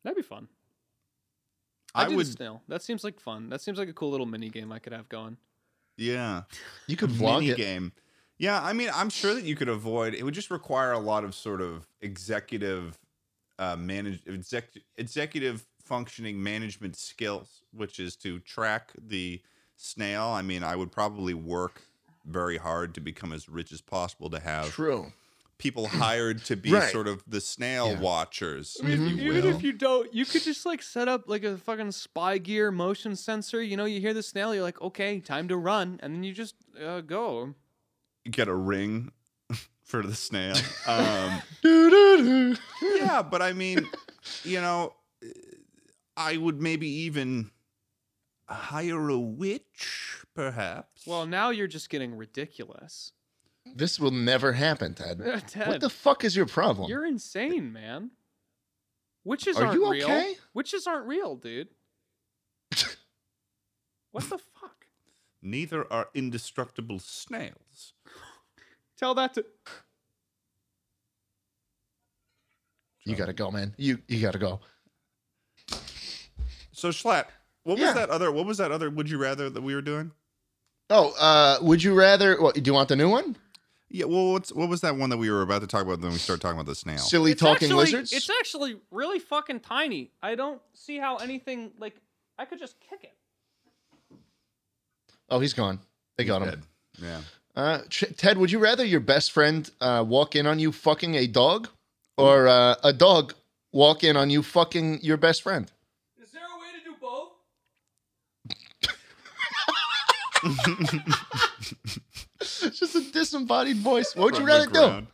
A: That'd be fun. I,
C: I
A: did
C: would.
A: would snail. That seems like fun. That seems like a cool little mini game I could have going.
C: Yeah.
B: you could vlog
C: mini
B: it.
C: game. Yeah, I mean, I'm sure that you could avoid. It would just require a lot of sort of executive, uh, manage exec, executive functioning management skills, which is to track the snail. I mean, I would probably work very hard to become as rich as possible to have
B: True.
C: people hired to be
B: Right.
C: sort of the snail
B: Yeah.
C: watchers,
A: I mean,
C: if you
A: even
C: will.
A: if you don't, you could just like set up like a fucking spy gear motion sensor. You know, you hear the snail, you're like, okay, time to run, and then you just uh, go.
C: Get a ring for the snail. Um,
B: Doo-doo-doo.
C: yeah, but I mean, you know, I would maybe even hire a witch, perhaps.
A: Well, now you're just getting ridiculous.
B: This will never happen, Ted.
A: Ted,
B: What the fuck is your problem?
A: you're insane, man. Witches
B: Are
A: not
B: you
A: real.
B: okay?
A: Witches aren't real, dude. what the fuck?
C: neither are indestructible snails.
A: Tell that to.
B: You gotta go, man. You you gotta go.
C: So Schlatt, what
B: Yeah.
C: was that other? What was that other? Would you rather that we were doing?
B: Oh, uh, would you rather? What, do you want the new one?
C: Yeah. Well, what's what was that one that we were about to talk about? Then we started talking about the snail.
B: Silly
A: It's
B: talking
A: actually,
B: lizards.
A: It's actually really fucking tiny. I don't see how anything like I could just kick it.
B: oh, he's gone. They got him.
C: Dead. Yeah.
B: Uh, Ch- Ted, would you rather your best friend uh, walk in on you fucking a dog, or uh, a dog walk in on you fucking your best friend?
A: Is there a way to do both?
B: It's just a disembodied voice. What would you
C: From
B: rather do?
C: the ground.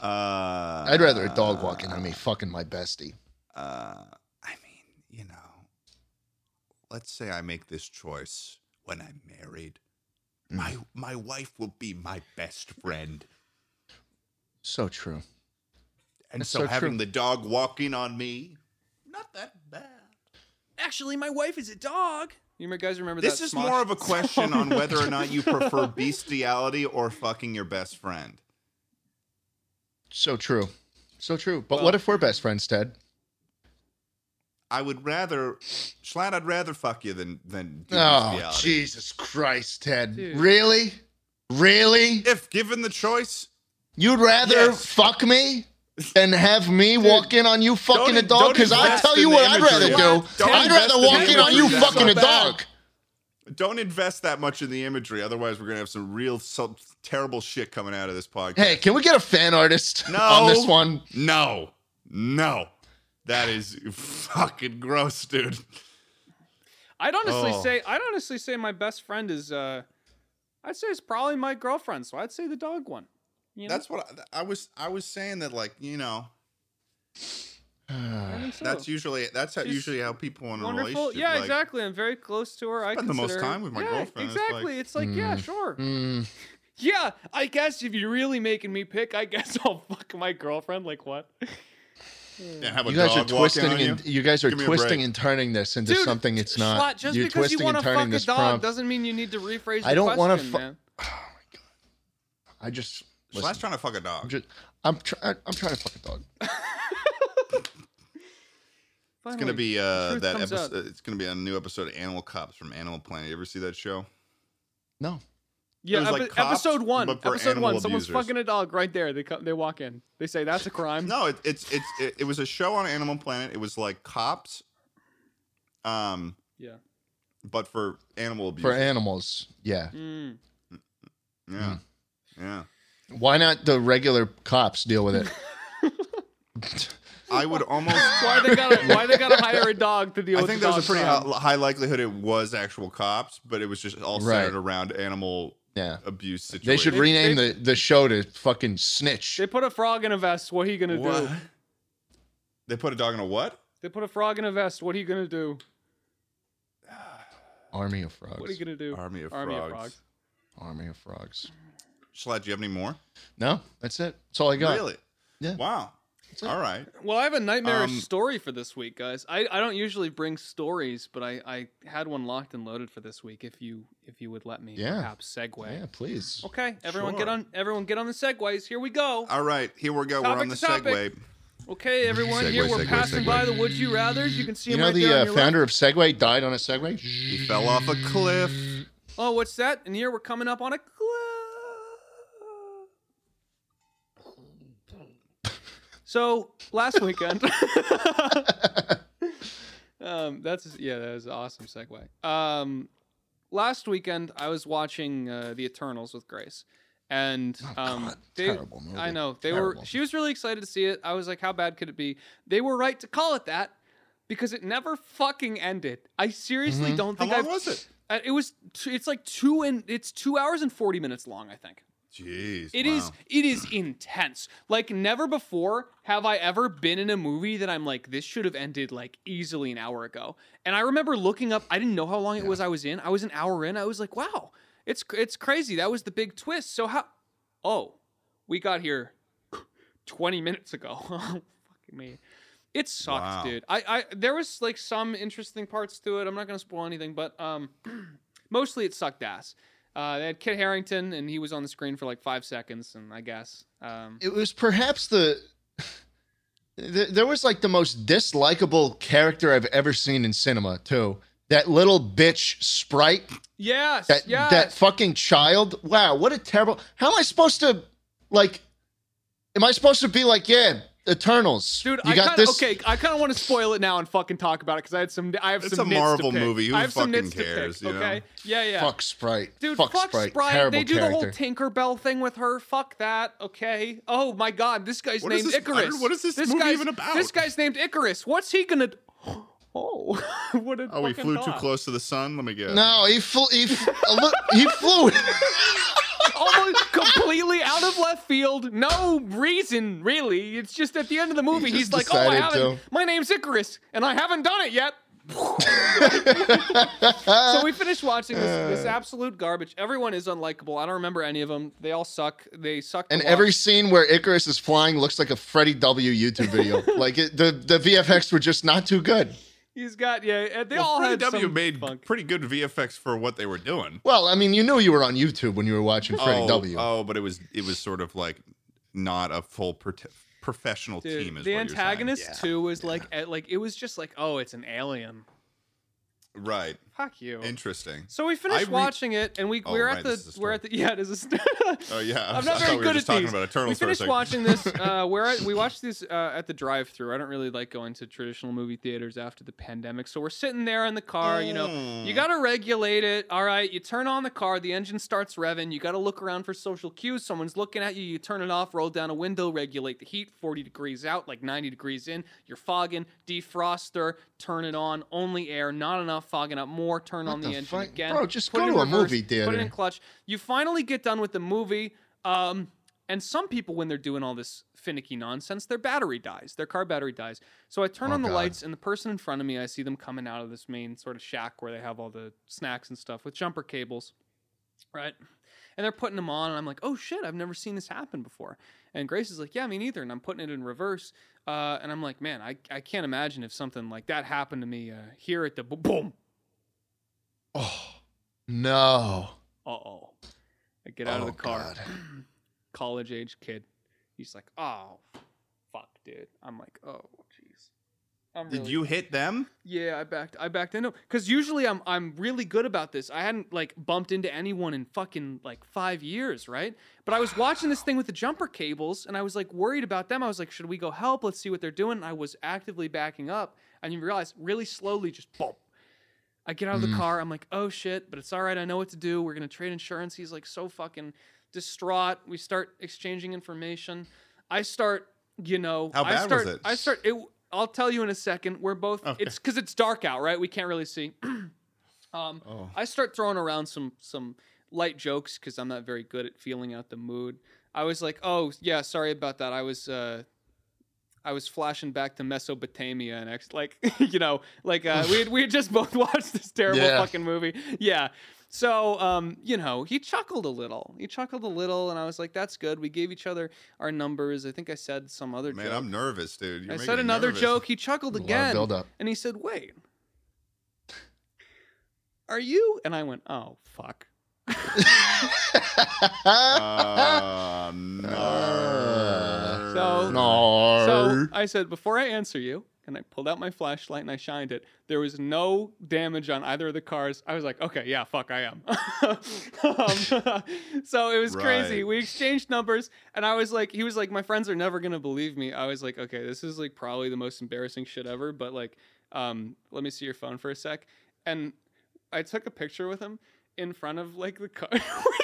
C: Uh,
B: I'd rather a dog walk in on me fucking my bestie.
C: uh, I mean, you know, let's say I make this choice when I'm married.
B: Mm.
C: My my wife will be my best friend,
B: So true.
C: and
B: That's
C: so,
B: so
C: having
B: true.
C: the dog walking on me, not that bad.
A: Actually, my wife is a dog. You guys remember
C: This
A: that?
C: is
A: Smosh
C: more of a question
A: song?
C: on whether or not you prefer bestiality or fucking your best friend.
B: So true. So true. But
A: Well-
B: what if we're best friends, Ted?
C: I would rather, Schlatt, I'd rather fuck you than than do
B: Oh,
C: bestiality.
B: Jesus Christ, Ted.
A: Dude.
B: Really? Really?
C: If given the choice,
B: You'd rather
C: Yes.
B: fuck me than have me walk in on you fucking a
C: don't-
B: dog?
C: don't
B: Because I
C: invest
B: tell
C: in
B: you
C: the
B: what I'd
C: imagery.
B: rather do.
C: Don't
B: I'd
C: invest
B: rather
C: in the
B: walk in on you
C: imagery. That's
B: fucking a
C: not bad.
B: dog.
C: Don't invest that much in the imagery, otherwise we're gonna have some real some terrible shit coming out of this podcast.
B: Hey, can we get a fan artist
C: No.
B: on this one?
C: No, no, that is fucking gross, dude.
A: I'd honestly
C: Oh.
A: say I'd honestly say my best friend is uh, I'd say it's probably my girlfriend. So I'd say the dog one. You know?
C: That's what I, I was. I was saying that, like you know,
A: I think so.
C: that's usually that's how,
A: She's
C: usually how people in a
A: wonderful.
C: relationship.
A: Yeah,
C: like,
A: exactly. I'm very close to her. I
C: Spend the most
A: consider-
C: time with my
A: Yeah,
C: girlfriend. It's like-
A: Exactly. It's like, yeah, sure.
B: Mm,
A: Yeah, I guess if you're really making me pick, I guess I'll fuck my girlfriend. Like what?
C: and have a
B: You guys are
C: dog walking
B: twisting
C: on
B: and
C: you.
B: you guys are
C: Give me a break.
B: twisting and turning this into
A: Dude,
B: something it's not.
A: Schlatt, just
B: You're
A: because you
B: twisting
A: want
B: and
A: to
B: turning
A: fuck a
B: this
A: dog
B: prompt.
A: doesn't mean you need to rephrase.
B: I
A: the
B: don't wanna
A: want to.
B: fu- I just listen,
C: Slash trying to fuck a dog.
B: I'm just I'm trying I'm trying to fuck a dog.
A: It's
C: It's gonna be uh,
A: truth
C: that
A: comes out.
C: episode. It's gonna be a new episode of Animal Cops from Animal Planet. You ever see that show?
B: No.
C: it
A: yeah.
C: was
A: epi-
C: like cops,
A: episode one.
C: but for
A: Episode
C: animal
A: one. Someone's
C: abusers.
A: fucking a dog right there. They come, they walk in. They say that's a crime.
C: No, it, it's it's it, it was a show on Animal Planet. It was like cops, um,
A: Yeah.
C: but for animal abuse.
B: For animals. Yeah.
A: Mm.
C: yeah,
B: Hmm.
C: yeah.
B: Why not the regular cops deal with it?
C: I would almost.
A: Why they gotta Why they gotta hire a dog to deal
C: I
A: with?
C: think
A: the
C: there's a
A: dog
C: pretty
A: crime?
C: high, high likelihood it was actual cops, but it was just all centered
B: Right.
C: around animal
B: Yeah.
C: abuse situations.
B: They should
A: They-
B: rename
A: they-
B: the, the show to fucking snitch.
A: They put a frog in a vest. What are you gonna do?
C: What? They put a dog in a what?
A: They put a frog in a vest. What are you gonna do?
B: Army of frogs.
A: What are you gonna do?
C: Army of
A: Army
C: frogs.
A: of frogs.
B: Army of frogs.
C: Schlatt, do you have any more?
B: No, that's it. That's all I got.
C: Really?
B: Yeah.
C: Wow. All right.
A: Well, I have a nightmarish
C: Um,
A: story for this week, guys. I, I don't usually bring stories, but I, I had one locked and loaded for this week. If you if you would let me,
B: Yeah.
A: perhaps segue.
B: Yeah, please.
A: Okay, everyone get
C: Sure.
A: on everyone get on the segways. Here we go.
C: All right. Here we go. We're
A: Topic
C: on the
A: to topic.
C: segue.
A: Okay, everyone here
C: Segue,
A: we're
C: segue,
A: passing
C: segue.
A: by the Would You Rather's. You can see
B: You
A: them
B: know
A: right
B: the
A: there on
B: uh,
A: your
B: founder of Segway died on a Segway?
C: He fell off a cliff.
A: left. Oh, what's that? And here we're coming up on a cliff. So last weekend.
B: Oh,
A: Um, that's yeah, that is an awesome segue. Um, last weekend I was watching uh, the Eternals with Grace, and um,
B: Oh, God,
A: they,
B: terrible movie.
A: I know they were.
B: Terrible.
A: She was really excited to see it. I was like, how bad could it be? They were right to call it that because it never fucking ended. I seriously don't
C: Mm-hmm. How
A: think
C: long
A: I've-
C: was it?
A: Uh, It was. t- It's like two and it's two hours and forty minutes long. I think.
C: Jeez.
A: It is it is intense. Like never before have I ever been in a movie that I'm like this should have ended like easily an hour ago. And I remember looking up I didn't know how long it was I was in. I was an hour in. I was like, "Wow. It's cr- it's crazy. That was the big twist." So how Oh, we got here 20 minutes ago. Oh, fucking me. It sucked,
C: Wow.
A: dude. I I there was like some interesting parts to it. I'm not going to spoil anything, but um mostly it sucked ass. Uh, they had Kit Harrington, and he was on the screen for like five seconds, and I guess. Um,
B: It was perhaps the. th- There was like the most dislikable character I've ever seen in cinema, too. That little bitch sprite,
A: yes,
B: that
A: yes.
B: that fucking child. Wow, what a terrible! How am I supposed to like? Am I supposed to be like, yeah, Eternals?
A: Dude,
B: you
A: I
B: got
A: kinda,
B: this.
A: okay. I kind of want to spoil it now and fucking talk about it because I had some. I have
C: It's
A: some.
C: a
A: nits to
C: Marvel
A: pick.
C: movie. Who
A: I have some
C: fucking
A: nits to pick,
C: cares, you know?
A: okay. Yeah. Yeah.
B: Fuck Sprite.
A: Dude,
B: fuck, Sprite. Terrible
A: They do the
B: character.
A: whole Tinkerbell thing with her. Fuck that. Okay. Oh my God, this guy's
C: What is
A: named
C: this- I don't-
A: Icarus.
C: what is this movie
A: guy's,
C: even about?
A: This guy's named Icarus. What's he gonna? Oh, what a
C: Oh, we
A: fucking
C: flew too
A: thought.
C: close to the sun. Let me guess.
B: no, he flew. He, f- a li- he flew.
A: almost completely out of left field. No reason, really. It's just at the end of the movie,
B: He
A: he's
B: just
A: like, "Oh, I
B: decided
A: haven't.
B: to."
A: My name's Icarus, and I haven't done it yet." so we finished watching this, this absolute garbage. Everyone is unlikable. I don't remember any of them. They all suck. They suck. to
B: And
A: watch.
B: every scene where Icarus is flying looks like a Freddie W. YouTube video. like it, the the VFX were just not too good.
A: he's got yeah. and They
C: Well,
A: all
C: Freddie
A: had
C: W
A: some
C: made
A: funk.
C: pretty good VFX for what they were doing.
B: Well, I mean, you knew you were on YouTube when you were watching Freddie
C: oh,
B: W.
C: oh, but it was it was sort of like not a full prote- professional
A: Dude,
C: team. Is
A: the
C: what you're saying.
A: antagonist too was like, eh, like it was just like, oh, it's an alien.
C: right?
A: Fuck you.
C: Interesting.
A: So we finished
C: re-
A: watching it, and we
C: Oh,
A: we're
C: right,
A: at
C: this
A: the
C: is a
A: we're
C: story.
A: at the yeah it is a st-
C: Oh yeah,
A: I'm
C: I
A: not
C: thought
A: very
C: we were
A: good
C: just
A: at
C: talking
A: these.
C: about
A: we
C: Eternals for a
A: finished
C: second.
A: watching this. Uh, we're at, we watched this uh, at the drive-through. I don't really like going to traditional movie theaters after the pandemic, so we're sitting there in the car. You know, you
C: Mm.
A: gotta regulate it. All right, you turn on the car, the engine starts revving. You gotta look around for social cues. Someone's looking at you. You turn it off. Roll down a window. Regulate the heat. 40 degrees out, like 90 degrees in. You're fogging. Defroster. Turn it on. Only air. Not enough. Fogging up more. Turn on the,
B: the
A: engine
B: fuck?
A: again.
B: Bro, just
A: put
B: go
A: it in
B: to a
A: reverse,
B: movie
A: Put it
B: theater.
A: in clutch. You finally get done with the movie. Um, and some people, when they're doing all this finicky nonsense, their battery dies, their car battery dies. So I turn
B: Oh,
A: on the
B: God.
A: lights, and the person in front of me, I see them coming out of this main sort of shack where they have all the snacks and stuff with jumper cables, right? And they're putting them on, and I'm like, oh shit, I've never seen this happen before. And Grace is like, yeah, me neither. And I'm putting it in reverse. Uh, and I'm like, man, I, I can't imagine if something like that happened to me uh, here at the bo- boom.
B: Oh no!
A: Uh oh. I get out of
B: Oh,
A: the car.
B: God.
A: College age kid. He's like, oh, fuck, dude. I'm like, oh, jeez. I'm
C: Did
A: really-
C: you hit them?
A: Yeah, I backed I backed into because usually I'm I'm really good about this. I hadn't like bumped into anyone in fucking like five years, right? But I was watching this thing with the jumper cables and I was like worried about them. I was like, should we go help? Let's see what they're doing. And I was actively backing up and you realize really slowly just bump. I get out
C: Mm.
A: of the car, I'm like, oh shit, but it's all right, I know what to do. We're gonna trade insurance. He's like so fucking distraught. We start exchanging information. I start, you know,
C: How bad
A: I
C: was
A: start
C: it?
A: I start it I'll tell you in a second. We're both it's cause it's dark out, right? We can't really see. um
C: Oh.
A: I start throwing around some some light jokes because I'm not very good at feeling out the mood. I was like, oh yeah, sorry about that. I was uh I was flashing back to Mesopotamia and ex- like you know like uh, we had, we had just both watched this terrible
B: Yeah.
A: fucking movie. Yeah. So um you know he chuckled a little. He chuckled a little and I was like that's good. We gave each other our numbers. I think I said some other
C: Man,
A: joke.
C: I'm nervous, dude. You're
A: I
C: making
A: said
C: me
A: another
C: nervous.
A: joke. He chuckled
B: A lot of
A: again.
B: buildup.
A: And he said, Wait, are you? And I went, Oh, fuck.
C: Uh, no.
A: So-
B: no.
A: So I said, Before I answer you, and I pulled out my flashlight and I shined it. There was no damage on either of the cars. I was like, Okay, yeah, fuck, I am. um, so it was crazy.
C: Right.
A: We exchanged numbers, and I was like, He was like, My friends are never going to believe me. I was like, Okay, this is like probably the most embarrassing shit ever, but like, um, let me see your phone for a sec. And I took a picture with him in front of like the car where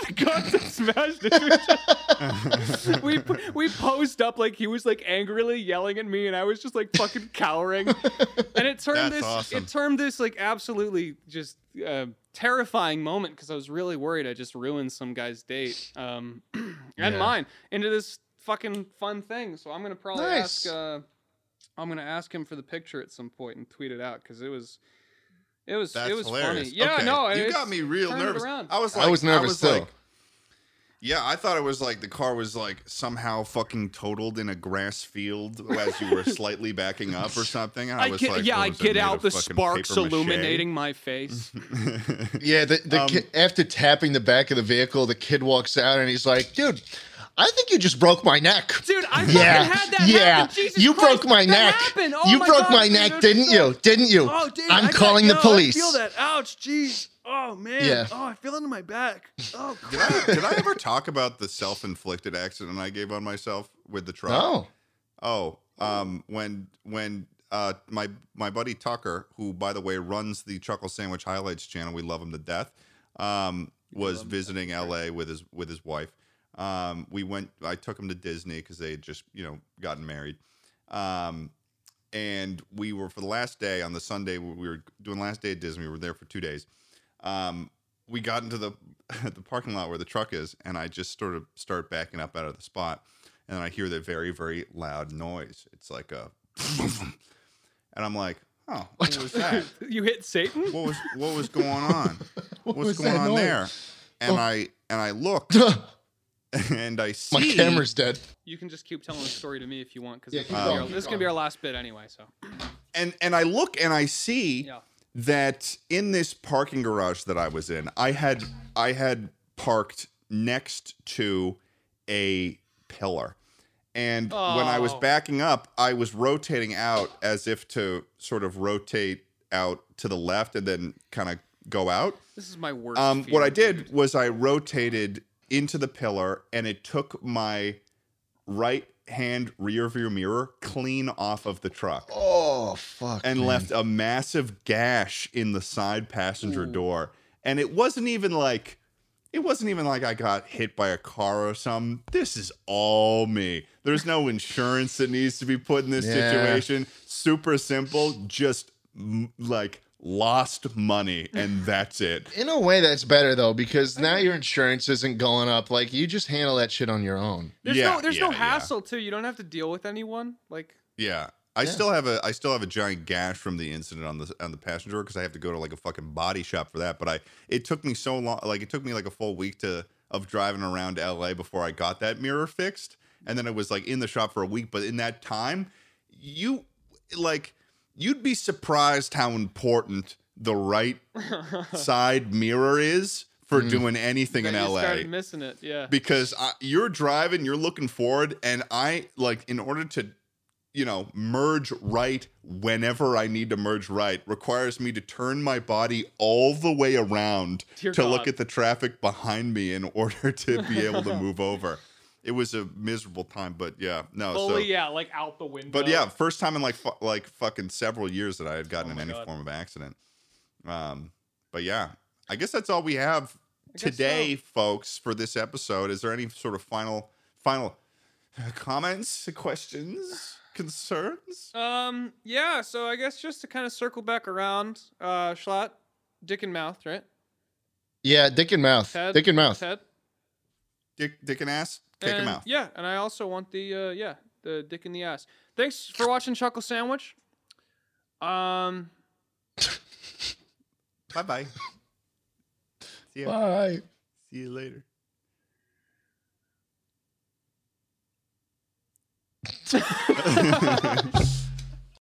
A: the guns had smashed into each other. we p- we posed up like he was like angrily yelling at me and I was just like fucking cowering. And it turned
C: That's
A: this
C: awesome.
A: it turned this like absolutely just uh, terrifying moment because I was really worried I just ruined some guy's date um, and
B: Yeah.
A: mine into this fucking fun thing. So I'm gonna probably
B: Nice.
A: ask. Uh, I'm gonna ask him for the picture at some point and tweet it out because it was, it was,
C: That's
A: it was
C: hilarious.
A: funny. Yeah,
C: Okay,
A: no,
C: you
A: it's-
C: got me real
A: turned it
C: nervous.
A: around.
C: I was like,
B: I was nervous too.
C: like, yeah, I thought it was like the car was like somehow fucking totaled in a grass field as you were slightly backing up or something. And I,
A: I
C: was
A: get,
C: like,
A: yeah,
C: what
A: I
C: was it,
A: get
C: made
A: out
C: of
A: the
C: fucking
A: sparks
C: papier-mâché?
A: illuminating my face.
B: yeah, the, the
C: Um,
B: kid, after tapping the back of the vehicle, the kid walks out and he's like, "Dude, I think you just broke my neck."
A: Dude, I
B: yeah,
A: fucking had that
B: yeah.
A: happen. Jesus
B: you
A: Christ,
B: broke my
A: that
B: neck.
A: happened. Oh
B: you
A: my
B: broke
A: God,
B: my
A: dude,
B: neck,
A: I'm
B: didn't
A: so-
B: you? Didn't you?
A: Oh, dude,
B: I'm
A: I got-
B: calling
A: no,
B: the police.
A: I feel that. Ouch, jeez. Oh man.
B: Yeah.
A: Oh, I feel it in my back. Oh,
C: Did
A: crap.
C: I, did I ever talk about the self-inflicted accident I gave on myself with the truck?
B: Oh,
C: Oh, um, when when uh, my my buddy Tucker, who by the way runs the Chuckle Sandwich Highlights channel, we love him to death, um, was visiting L.A. with his with his wife. Um, we went. I took him to Disney because they had just you know gotten married. Um, and we were for the last day on the Sunday we were doing last day at Disney. We were there for two days. Um, we got into the the parking lot where the truck is, and I just sort of start backing up out of the spot, and I hear the very very loud noise. It's like a, and I'm like, oh, what was that?
A: you hit Satan?
C: What was what was going on? What's
B: was
C: going
B: that
C: on
B: noise?
C: there? And I and I look and I see
B: my camera's dead.
A: You can just keep telling the story to me if you want, because
B: Yeah,
A: this,
B: keep
A: is gonna be
C: going,
A: our-
B: keep
A: this is gonna
B: going.
A: be our last bit anyway. So
C: and and I look and I see
A: Yeah.
C: that in this parking garage that I was in, I had I had parked next to a pillar. And when I was
A: Oh.
C: backing up, I was rotating out as if to sort of rotate out to the left and then kind of go out.
A: this is my worst.
C: Um,
A: fear,
C: what I did
A: dude.
C: was I rotated into the pillar, and it took my right hand rear view mirror clean off of the truck
B: Oh fuck.
C: and
B: man.
C: left a massive gash in the side passenger
B: Mm.
C: door. And it wasn't even like it wasn't even like I got hit by a car or something. This is all me. There's no insurance that needs to be put in this
B: Yeah.
C: situation. Super simple, just m- like lost money and that's it.
B: In a way, that's better though because now your insurance isn't going up. Like you just handle that shit on your own.
A: There's
C: Yeah,
A: no there's no
C: yeah, yeah.
A: hassle too. You don't have to deal with anyone. Like
C: Yeah. I
B: Yeah.
C: still have a I still have a giant gash from the incident on the on the passenger because I have to go to like a fucking body shop for that. But I it took me so long like it took me like a full week to of driving around LA before I got that mirror fixed. and then I was like in the shop for a week. But in that time, you like you'd be surprised how important the right side mirror is for
B: Mm.
C: doing anything in
A: Then you
C: LA
A: started missing it. Yeah.
C: because I, you're driving, you're looking forward, and I like in order to, you know, merge right whenever I need to merge right requires me to turn my body all the way around
A: Dear
C: to look
A: God.
C: at the traffic behind me in order to be able to move over. It was a miserable time, but yeah, no.
A: Fully, uh,
C: so,
A: yeah, like out the window.
C: but yeah, first time in like fu- like fucking several years that I had gotten
A: Oh
C: in
A: my
C: any
A: God.
C: form of accident. Um, but yeah, I guess that's all we have
A: I guess
C: today, folks, for this episode. Is there any sort of final final comments, questions, concerns?
A: so. Um. Yeah. So I guess just to kind of circle back around, uh, Schlatt, Dick and Mouth, right?
B: Yeah, dick and mouth.
A: Ted?
B: Dick and mouth.
A: Ted.
C: Dick, dick and ass, kick
A: and,
C: him out.
A: Uh, Yeah, and I also want the uh, yeah the dick in the ass. Thanks for watching Chuckle Sandwich. Um.
C: Bye bye. See you.
B: Bye.
C: See you later.